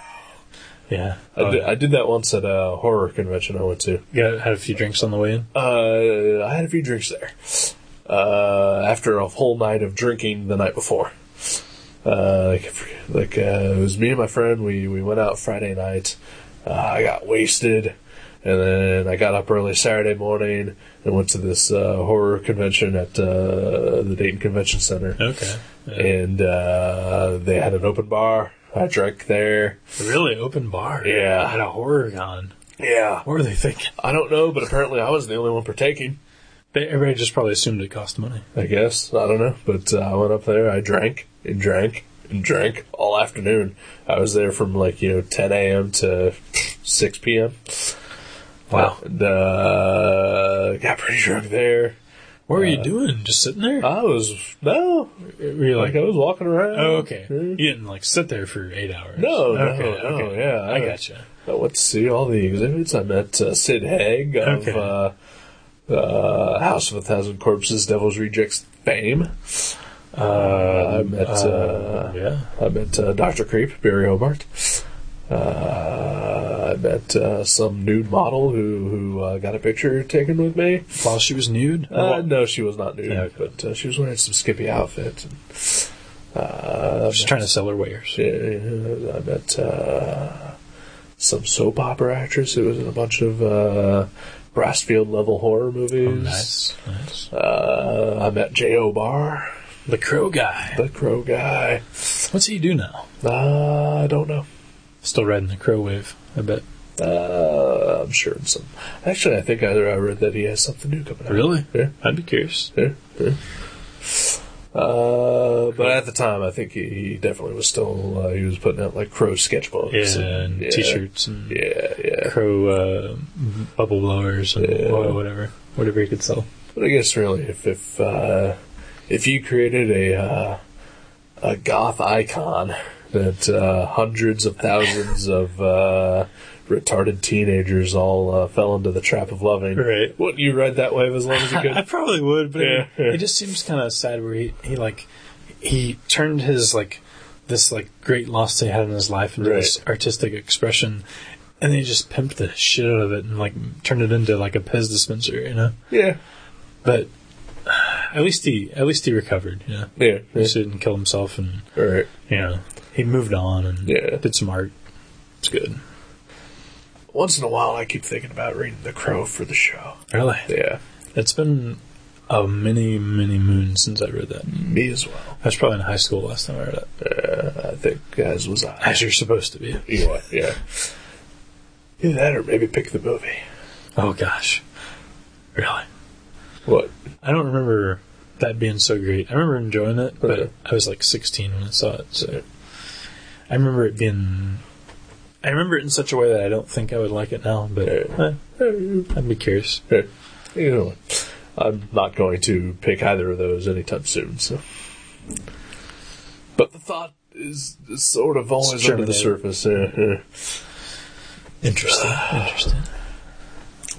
[SPEAKER 3] Yeah.
[SPEAKER 2] I,
[SPEAKER 3] Oh,
[SPEAKER 2] did, I did that once at a horror convention I went to.
[SPEAKER 3] yeah. Had a few drinks on the way in.
[SPEAKER 2] Uh, I had a few drinks there uh, after a whole night of drinking the night before. Uh, like like uh, it was me and my friend. We we went out Friday night. Uh, I got wasted, and then I got up early Saturday morning and went to this uh, horror convention at uh, the Dayton Convention Center.
[SPEAKER 3] Okay. Oh, Yeah.
[SPEAKER 2] And uh, they had an open bar. I drank there.
[SPEAKER 3] Really open bar.
[SPEAKER 2] Yeah.
[SPEAKER 3] At a horror con.
[SPEAKER 2] Yeah,
[SPEAKER 3] What were they thinking?
[SPEAKER 2] I don't know, but apparently I was the only one partaking.
[SPEAKER 3] They, everybody just probably assumed it cost money.
[SPEAKER 2] I guess. I don't know. But uh, I went up there, I drank and drank and drank all afternoon. I was there from like, you know, 10 a.m. to 6 p.m.
[SPEAKER 3] Wow.
[SPEAKER 2] And, uh, got pretty drunk there.
[SPEAKER 3] What were you doing? Just sitting there?
[SPEAKER 2] I was no,
[SPEAKER 3] were you
[SPEAKER 2] like
[SPEAKER 3] like,
[SPEAKER 2] I was walking around.
[SPEAKER 3] oh, okay. You
[SPEAKER 2] Yeah.
[SPEAKER 3] didn't like sit there for eight hours.
[SPEAKER 2] No, no,
[SPEAKER 3] okay,
[SPEAKER 2] no,
[SPEAKER 3] okay.
[SPEAKER 2] yeah,
[SPEAKER 3] I
[SPEAKER 2] I-
[SPEAKER 3] gotcha.
[SPEAKER 2] Oh, let's see all the exhibits. I met uh, Sid Haig of
[SPEAKER 3] Okay.
[SPEAKER 2] uh, uh, House of a Thousand Corpses, Devil's Rejects fame. Uh, I met uh,
[SPEAKER 3] Um, yeah.
[SPEAKER 2] I met uh, Doctor Creep, Barry Hobart. Uh, I met uh, some nude model who who uh, got a picture taken with me.
[SPEAKER 3] While she was nude.
[SPEAKER 2] Uh, no, she was not nude,
[SPEAKER 3] Okay.
[SPEAKER 2] but uh, she was wearing some skippy outfit. Uh,
[SPEAKER 3] She's trying to sell her wares.
[SPEAKER 2] yeah, I met uh, some soap opera actress who was in a bunch of uh, Brassfield level horror movies.
[SPEAKER 3] Oh, nice, nice.
[SPEAKER 2] uh, I met J.O. Barr,
[SPEAKER 3] The crow guy.
[SPEAKER 2] the crow guy.
[SPEAKER 3] What's he do now?
[SPEAKER 2] Uh, I don't know.
[SPEAKER 3] Still riding the crow wave, I bet.
[SPEAKER 2] Uh, I'm sure it's some. Actually, I think either I read that he has something new coming out.
[SPEAKER 3] Really?
[SPEAKER 2] Yeah.
[SPEAKER 3] I'd be curious.
[SPEAKER 2] Yeah, yeah. Uh, but at the time, I think he, he definitely was still. Uh, he was putting out like crow sketchbooks
[SPEAKER 3] Yeah, and
[SPEAKER 2] yeah,
[SPEAKER 3] t-shirts and
[SPEAKER 2] Yeah, yeah.
[SPEAKER 3] crow uh, bubble blowers and
[SPEAKER 2] Yeah.
[SPEAKER 3] oil, whatever, whatever he could sell.
[SPEAKER 2] But I guess really, if if uh, if you created a uh, a goth icon that uh, hundreds of thousands of uh, retarded teenagers all uh, fell into the trap of loving,
[SPEAKER 3] Right.
[SPEAKER 2] Wouldn't you ride that wave as long as you
[SPEAKER 3] I
[SPEAKER 2] could?
[SPEAKER 3] probably would, but
[SPEAKER 2] Yeah, yeah.
[SPEAKER 3] it, it just seems kind of sad where he, he like he turned his like this like great loss he had in his life into
[SPEAKER 2] Right.
[SPEAKER 3] this artistic expression, and he just pimped the shit out of it and like turned it into like a Pez dispenser, you know.
[SPEAKER 2] yeah,
[SPEAKER 3] But at least he at least he recovered, you know.
[SPEAKER 2] yeah,
[SPEAKER 3] He
[SPEAKER 2] yeah.
[SPEAKER 3] just didn't kill himself, and
[SPEAKER 2] All right.
[SPEAKER 3] you know he moved on and
[SPEAKER 2] Yeah.
[SPEAKER 3] did some art. It's good.
[SPEAKER 2] Once in a while, I keep thinking about reading The Crow for the show.
[SPEAKER 3] Really,
[SPEAKER 2] Yeah,
[SPEAKER 3] it's been a many many moons since I read that.
[SPEAKER 2] me as well.
[SPEAKER 3] I was probably in high school last time I read it.
[SPEAKER 2] Uh, I think as was I.
[SPEAKER 3] As you're supposed to be.
[SPEAKER 2] Anyway, yeah. Either that or maybe pick the movie.
[SPEAKER 3] Oh gosh, really?
[SPEAKER 2] What?
[SPEAKER 3] I don't remember that being so great. I remember enjoying it, but
[SPEAKER 2] Okay.
[SPEAKER 3] I was like 16 when I saw it, so I remember it being. I remember it in such a way that I don't think I would like it now, but
[SPEAKER 2] Yeah.
[SPEAKER 3] eh, I'd be curious.
[SPEAKER 2] Yeah. Either one. I'm not going to pick either of those anytime soon, so. But the thought is, is sort of always under the
[SPEAKER 3] germinated.
[SPEAKER 2] surface. Yeah, yeah.
[SPEAKER 3] Interesting. Interesting.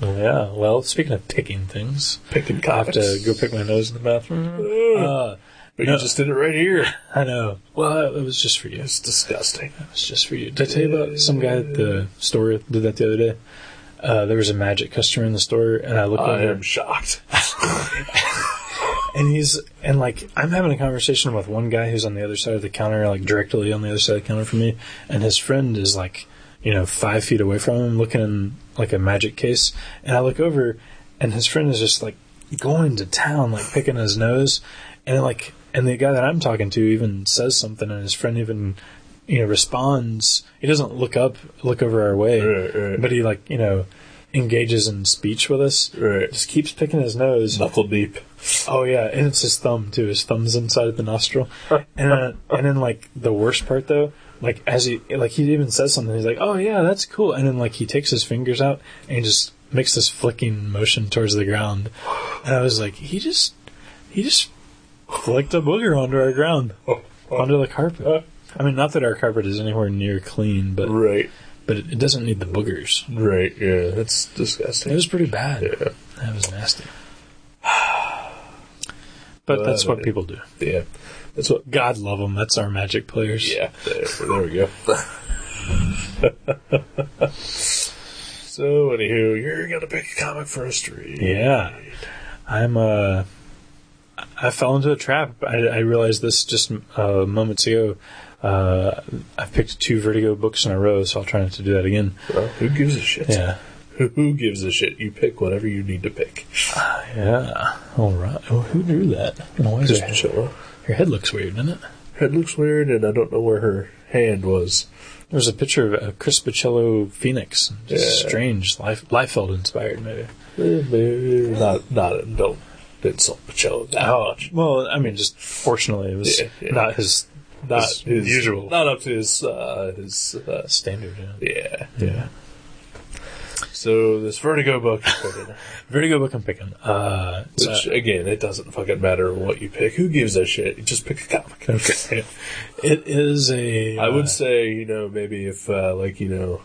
[SPEAKER 3] Well, yeah. Well, speaking of picking things,
[SPEAKER 2] Picking
[SPEAKER 3] I have
[SPEAKER 2] copies.
[SPEAKER 3] to go pick my nose in the bathroom.
[SPEAKER 2] Mm-hmm.
[SPEAKER 3] Uh,
[SPEAKER 2] But
[SPEAKER 3] No.
[SPEAKER 2] you just did it right here.
[SPEAKER 3] I know. Well, it was just for you.
[SPEAKER 2] It's disgusting.
[SPEAKER 3] It's just for you. Did I tell you about some guy at the store that did that the other day? Uh, there was a magic customer in the store, and I looked
[SPEAKER 2] I
[SPEAKER 3] over,
[SPEAKER 2] am shocked.
[SPEAKER 3] and he's and like I'm having a conversation with one guy who's on the other side of the counter, like directly on the other side of the counter from me, and his friend is like, you know, five feet away from him, looking in like a magic case, and I look over, and his friend is just like going to town, like picking his nose, and like and the guy that I'm talking to even says something, and his friend even you know responds. He doesn't look up, look over our way,
[SPEAKER 2] Right, right.
[SPEAKER 3] but he like you know engages in speech with us.
[SPEAKER 2] Right.
[SPEAKER 3] Just keeps picking his nose.
[SPEAKER 2] Knuckle deep.
[SPEAKER 3] Oh yeah, and it's his thumb too. His thumb's inside of the nostril, and then, and then like the worst part though, like as he like he even says something, he's like, "Oh yeah, that's cool," and then like he takes his fingers out and he just makes this flicking motion towards the ground, and I was like, he just he just flicked a booger onto our ground,
[SPEAKER 2] Oh,
[SPEAKER 3] onto the carpet. I mean, not that our carpet is anywhere near clean, but
[SPEAKER 2] Right.
[SPEAKER 3] but it, it doesn't need the boogers.
[SPEAKER 2] Right. Yeah. That's
[SPEAKER 3] It
[SPEAKER 2] disgusting.
[SPEAKER 3] was pretty bad.
[SPEAKER 2] Yeah.
[SPEAKER 3] That was nasty. But that's what people do.
[SPEAKER 2] Yeah. That's what.
[SPEAKER 3] God love them. That's our magic players.
[SPEAKER 2] Yeah. There, there we go. so, anywho, you're gonna pick a comic for us to read.
[SPEAKER 3] Yeah. I'm, uh, I fell into a trap. I, I realized this just uh, moments ago. Uh, I've picked two Vertigo books in a row, so I'll try not to do that again.
[SPEAKER 2] Well, who gives a shit?
[SPEAKER 3] Yeah.
[SPEAKER 2] Who- Who gives a shit? You pick whatever you need to pick.
[SPEAKER 3] Yeah. All right. Oh, who drew that? No, why is
[SPEAKER 2] Just
[SPEAKER 3] your, head,
[SPEAKER 2] Michelle.
[SPEAKER 3] your head looks weird, doesn't it?
[SPEAKER 2] Head looks weird, and I don't know where her hand was.
[SPEAKER 3] There's a picture of a Chris Pacello Phoenix. Just
[SPEAKER 2] Yeah.
[SPEAKER 3] strange. Life, Liefeld inspired, maybe.
[SPEAKER 2] Eh, maybe- Not, not, don't insult Michelle that
[SPEAKER 3] Oh,
[SPEAKER 2] much.
[SPEAKER 3] Well, I mean, just fortunately, it was
[SPEAKER 2] Yeah, yeah.
[SPEAKER 3] not his,
[SPEAKER 2] Not
[SPEAKER 3] his
[SPEAKER 2] his
[SPEAKER 3] usual
[SPEAKER 2] Not up to his, uh, his, uh,
[SPEAKER 3] standard. yeah.
[SPEAKER 2] yeah.
[SPEAKER 3] Yeah.
[SPEAKER 2] So this Vertigo book, is good.
[SPEAKER 3] Vertigo book I'm picking. Uh,
[SPEAKER 2] which again, it doesn't fucking matter what you pick. Who gives a shit? Just pick a comic.
[SPEAKER 3] okay. It is a.
[SPEAKER 2] I
[SPEAKER 3] uh,
[SPEAKER 2] would say, you know, maybe if uh, like you know,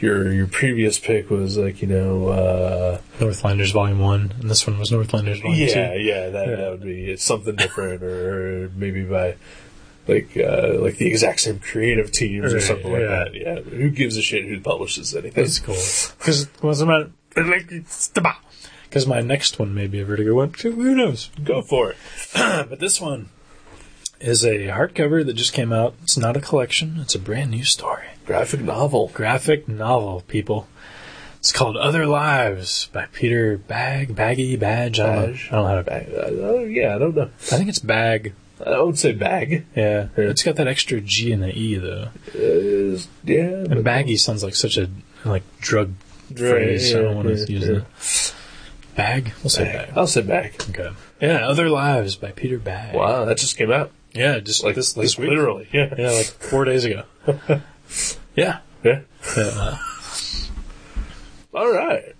[SPEAKER 2] your your previous pick was like you know, uh,
[SPEAKER 3] Northlanders Volume One, and this one was Northlanders Volume
[SPEAKER 2] yeah,
[SPEAKER 3] Two.
[SPEAKER 2] yeah, that
[SPEAKER 3] Yeah.
[SPEAKER 2] that would be it's something different, or maybe by like uh, like the exact same creative teams or
[SPEAKER 3] Right,
[SPEAKER 2] something like
[SPEAKER 3] yeah.
[SPEAKER 2] that. Yeah, who gives a shit who publishes anything?
[SPEAKER 3] That's cool. Because because my next one may be a Vertigo one. too, Who knows?
[SPEAKER 2] Go for it.
[SPEAKER 3] But this one is a hardcover that just came out. It's not a collection. It's a brand new story.
[SPEAKER 2] Graphic novel.
[SPEAKER 3] graphic novel, people. It's called Other Lives by Peter Bag Baggy Badge. I don't,
[SPEAKER 2] Badge.
[SPEAKER 3] know, I don't know how to.
[SPEAKER 2] Bag. Uh, yeah, I don't know.
[SPEAKER 3] I think it's Bag.
[SPEAKER 2] I would say bag.
[SPEAKER 3] Yeah.
[SPEAKER 2] Yeah.
[SPEAKER 3] it's got that extra G and the E though.
[SPEAKER 2] is yeah,
[SPEAKER 3] And
[SPEAKER 2] but- uh,
[SPEAKER 3] baggy sounds like such a like drug
[SPEAKER 2] Right,
[SPEAKER 3] phrase. I
[SPEAKER 2] yeah,
[SPEAKER 3] don't want to
[SPEAKER 2] yeah,
[SPEAKER 3] use
[SPEAKER 2] yeah.
[SPEAKER 3] that. Bag. We'll say
[SPEAKER 2] Bag.
[SPEAKER 3] bag.
[SPEAKER 2] I'll say bag.
[SPEAKER 3] Okay. Yeah, Other Lives by Peter Bag.
[SPEAKER 2] Wow, that just came out
[SPEAKER 3] Yeah, just
[SPEAKER 2] like
[SPEAKER 3] this
[SPEAKER 2] this,
[SPEAKER 3] this week.
[SPEAKER 2] literally. Yeah,
[SPEAKER 3] Yeah, like four days ago. yeah.
[SPEAKER 2] yeah.
[SPEAKER 3] Yeah.
[SPEAKER 2] All right.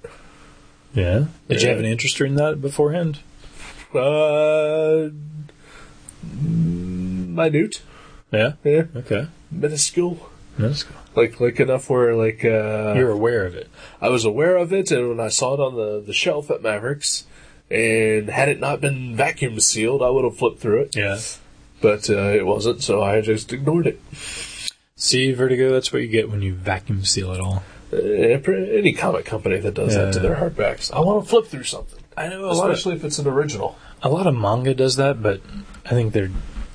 [SPEAKER 3] Yeah. Did you
[SPEAKER 2] Yeah.
[SPEAKER 3] have any interest in that beforehand?
[SPEAKER 2] Uh, minute.
[SPEAKER 3] Yeah.
[SPEAKER 2] Yeah,
[SPEAKER 3] Okay.
[SPEAKER 2] minuscule.
[SPEAKER 3] That's cool.
[SPEAKER 2] Like like enough where like uh,
[SPEAKER 3] You're aware of it.
[SPEAKER 2] I was aware of it, and when I saw it on the the shelf at Mavericks, and had it not been vacuum sealed, I would have flipped through it.
[SPEAKER 3] Yeah.
[SPEAKER 2] But uh, it wasn't, so I just ignored it.
[SPEAKER 3] See, Vertigo, that's what you get when you vacuum seal it all.
[SPEAKER 2] Uh, pre- any comic company that does that to
[SPEAKER 3] Yeah.
[SPEAKER 2] their hardbacks, I want to flip through something.
[SPEAKER 3] I know a lot, of,
[SPEAKER 2] especially if it's an original.
[SPEAKER 3] a lot of manga does that, but I think they're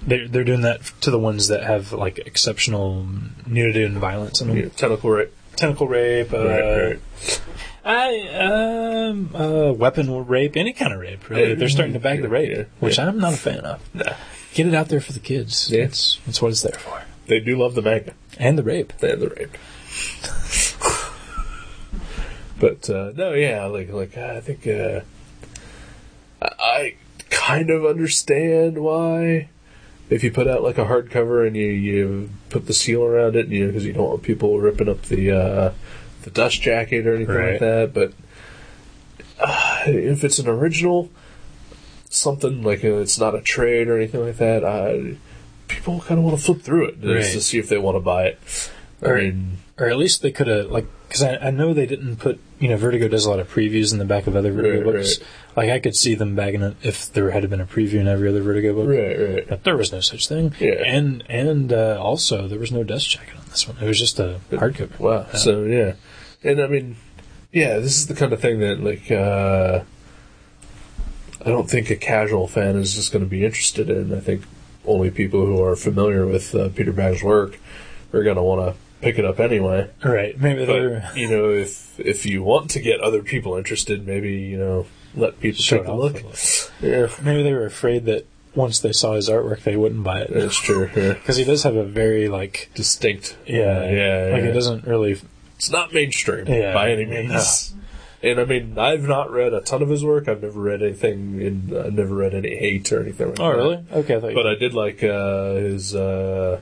[SPEAKER 3] they're, they're doing that to the ones that have like exceptional nudity and violence and
[SPEAKER 2] Yeah, tentacle rape.
[SPEAKER 3] tentacle rape, uh,
[SPEAKER 2] Right,
[SPEAKER 3] I, um, uh, weapon rape, any kind of rape. Really,
[SPEAKER 2] Yeah.
[SPEAKER 3] they're starting to bag the rape,
[SPEAKER 2] Yeah.
[SPEAKER 3] which I'm not a fan of. Get it out there for the kids.
[SPEAKER 2] Yeah.
[SPEAKER 3] That's that's what it's there for,
[SPEAKER 2] They do love the manga
[SPEAKER 3] and the rape.
[SPEAKER 2] and the rape. but uh, no, yeah, like like I think uh, I, I kind of understand why. If you put out like a hardcover and you, you put the seal around it, and you because you don't want people ripping up the uh, the dust jacket or anything
[SPEAKER 3] Right.
[SPEAKER 2] like that, but uh, if it's an original, something like uh it's not a trade or anything like that, I, people kind of want to flip through it just to
[SPEAKER 3] Right.
[SPEAKER 2] see if they want to buy it. I
[SPEAKER 3] Right.
[SPEAKER 2] mean,
[SPEAKER 3] or at least they could have like because I, I know they didn't put you know Vertigo does a lot of previews in the back of other Vertigo
[SPEAKER 2] Right,
[SPEAKER 3] books. Like I could see them bagging it if there had been a preview in every other Vertigo book.
[SPEAKER 2] right, right.
[SPEAKER 3] But there was no such thing.
[SPEAKER 2] Yeah.
[SPEAKER 3] And and uh, also there was no dust jacket on this one. It was just a hardcover.
[SPEAKER 2] Wow.
[SPEAKER 3] Yeah.
[SPEAKER 2] So yeah, and I mean, yeah, this is the kind of thing that like uh, I don't think a casual fan is just going to be interested in. I think only people who are familiar with uh, Peter Bag's work are going to want to pick it up anyway.
[SPEAKER 3] All right. Maybe they were
[SPEAKER 2] But you know, if if you want to get other people interested, maybe you know, let people
[SPEAKER 3] Show
[SPEAKER 2] take
[SPEAKER 3] it
[SPEAKER 2] a
[SPEAKER 3] off
[SPEAKER 2] look.
[SPEAKER 3] a little.
[SPEAKER 2] Yeah,
[SPEAKER 3] maybe they were afraid that once they saw his artwork they wouldn't buy it
[SPEAKER 2] that's true. yeah.
[SPEAKER 3] because he does have a very like
[SPEAKER 2] Distinct.
[SPEAKER 3] yeah
[SPEAKER 2] yeah.
[SPEAKER 3] like
[SPEAKER 2] yeah.
[SPEAKER 3] it doesn't really
[SPEAKER 2] it's not mainstream
[SPEAKER 3] Yeah,
[SPEAKER 2] by any
[SPEAKER 3] no.
[SPEAKER 2] means. And I mean, I've not read a ton of his work. I've never read anything. In, I've never read any hate or anything. Like
[SPEAKER 3] oh
[SPEAKER 2] that.
[SPEAKER 3] really okay I thought
[SPEAKER 2] But I did like uh, his. Uh,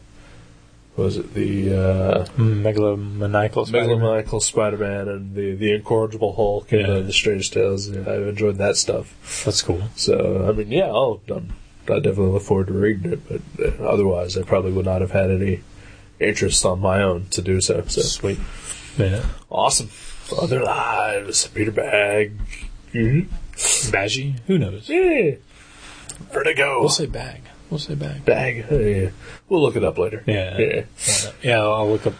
[SPEAKER 2] what was it the uh,
[SPEAKER 3] you, megalomaniacal Spider-Man.
[SPEAKER 2] Megalomaniacal Spider-Man and the the Incorrigible Hulk and uh,
[SPEAKER 3] Yeah.
[SPEAKER 2] the, the Strange Tales? Yeah, I've enjoyed that stuff.
[SPEAKER 3] that's cool
[SPEAKER 2] So I mean, yeah, I'll, I'm, I definitely look forward to reading it. But uh, otherwise, I probably would not have had any interest on my own to do so. So
[SPEAKER 3] sweet yeah
[SPEAKER 2] Awesome. Other lives. Peter Bag. Mm-hmm.
[SPEAKER 3] Baggy? Who knows?
[SPEAKER 2] Yeah. Vertigo.
[SPEAKER 3] We'll say bag. We'll say bag.
[SPEAKER 2] Bag. Oh, yeah. We'll look it up later.
[SPEAKER 3] Yeah.
[SPEAKER 2] Yeah.
[SPEAKER 3] Yeah, I'll I'll look up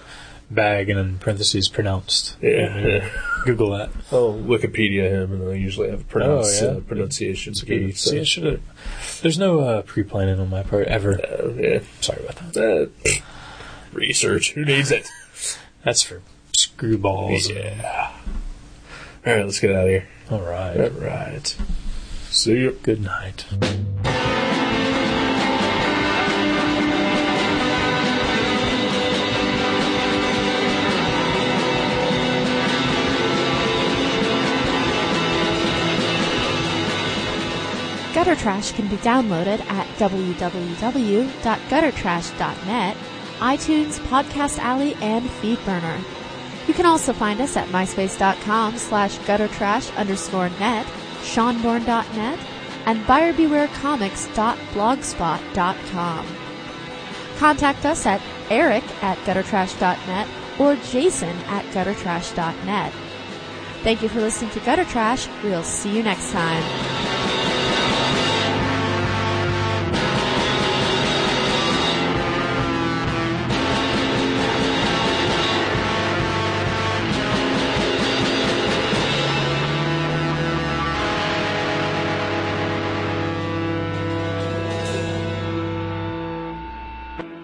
[SPEAKER 3] bag and in parentheses pronounced.
[SPEAKER 2] Yeah. yeah.
[SPEAKER 3] Google that.
[SPEAKER 2] Oh, Wikipedia him, and I usually have pronounce,
[SPEAKER 3] Oh, yeah.
[SPEAKER 2] uh, pronunciation key.
[SPEAKER 3] Good. See, I
[SPEAKER 2] So,
[SPEAKER 3] should have. There's no uh, pre-planning on my part ever.
[SPEAKER 2] uh, yeah.
[SPEAKER 3] Sorry about that.
[SPEAKER 2] Uh, research. Who needs it?
[SPEAKER 3] That's for screwballs.
[SPEAKER 2] yeah. All right, let's get out of here.
[SPEAKER 3] All right.
[SPEAKER 2] All right. See you.
[SPEAKER 3] Good night.
[SPEAKER 5] Gutter Trash can be downloaded at www.guttertrash.net, iTunes, Podcast Alley, and FeedBurner. You can also find us at myspace.com slash guttertrash underscore net, seanborn.net, and buyerbewarecomics.blogspot.com. Contact us at eric at guttertrash.net or jason at guttertrash.net. Thank you for listening to Gutter Trash. We'll see you next time.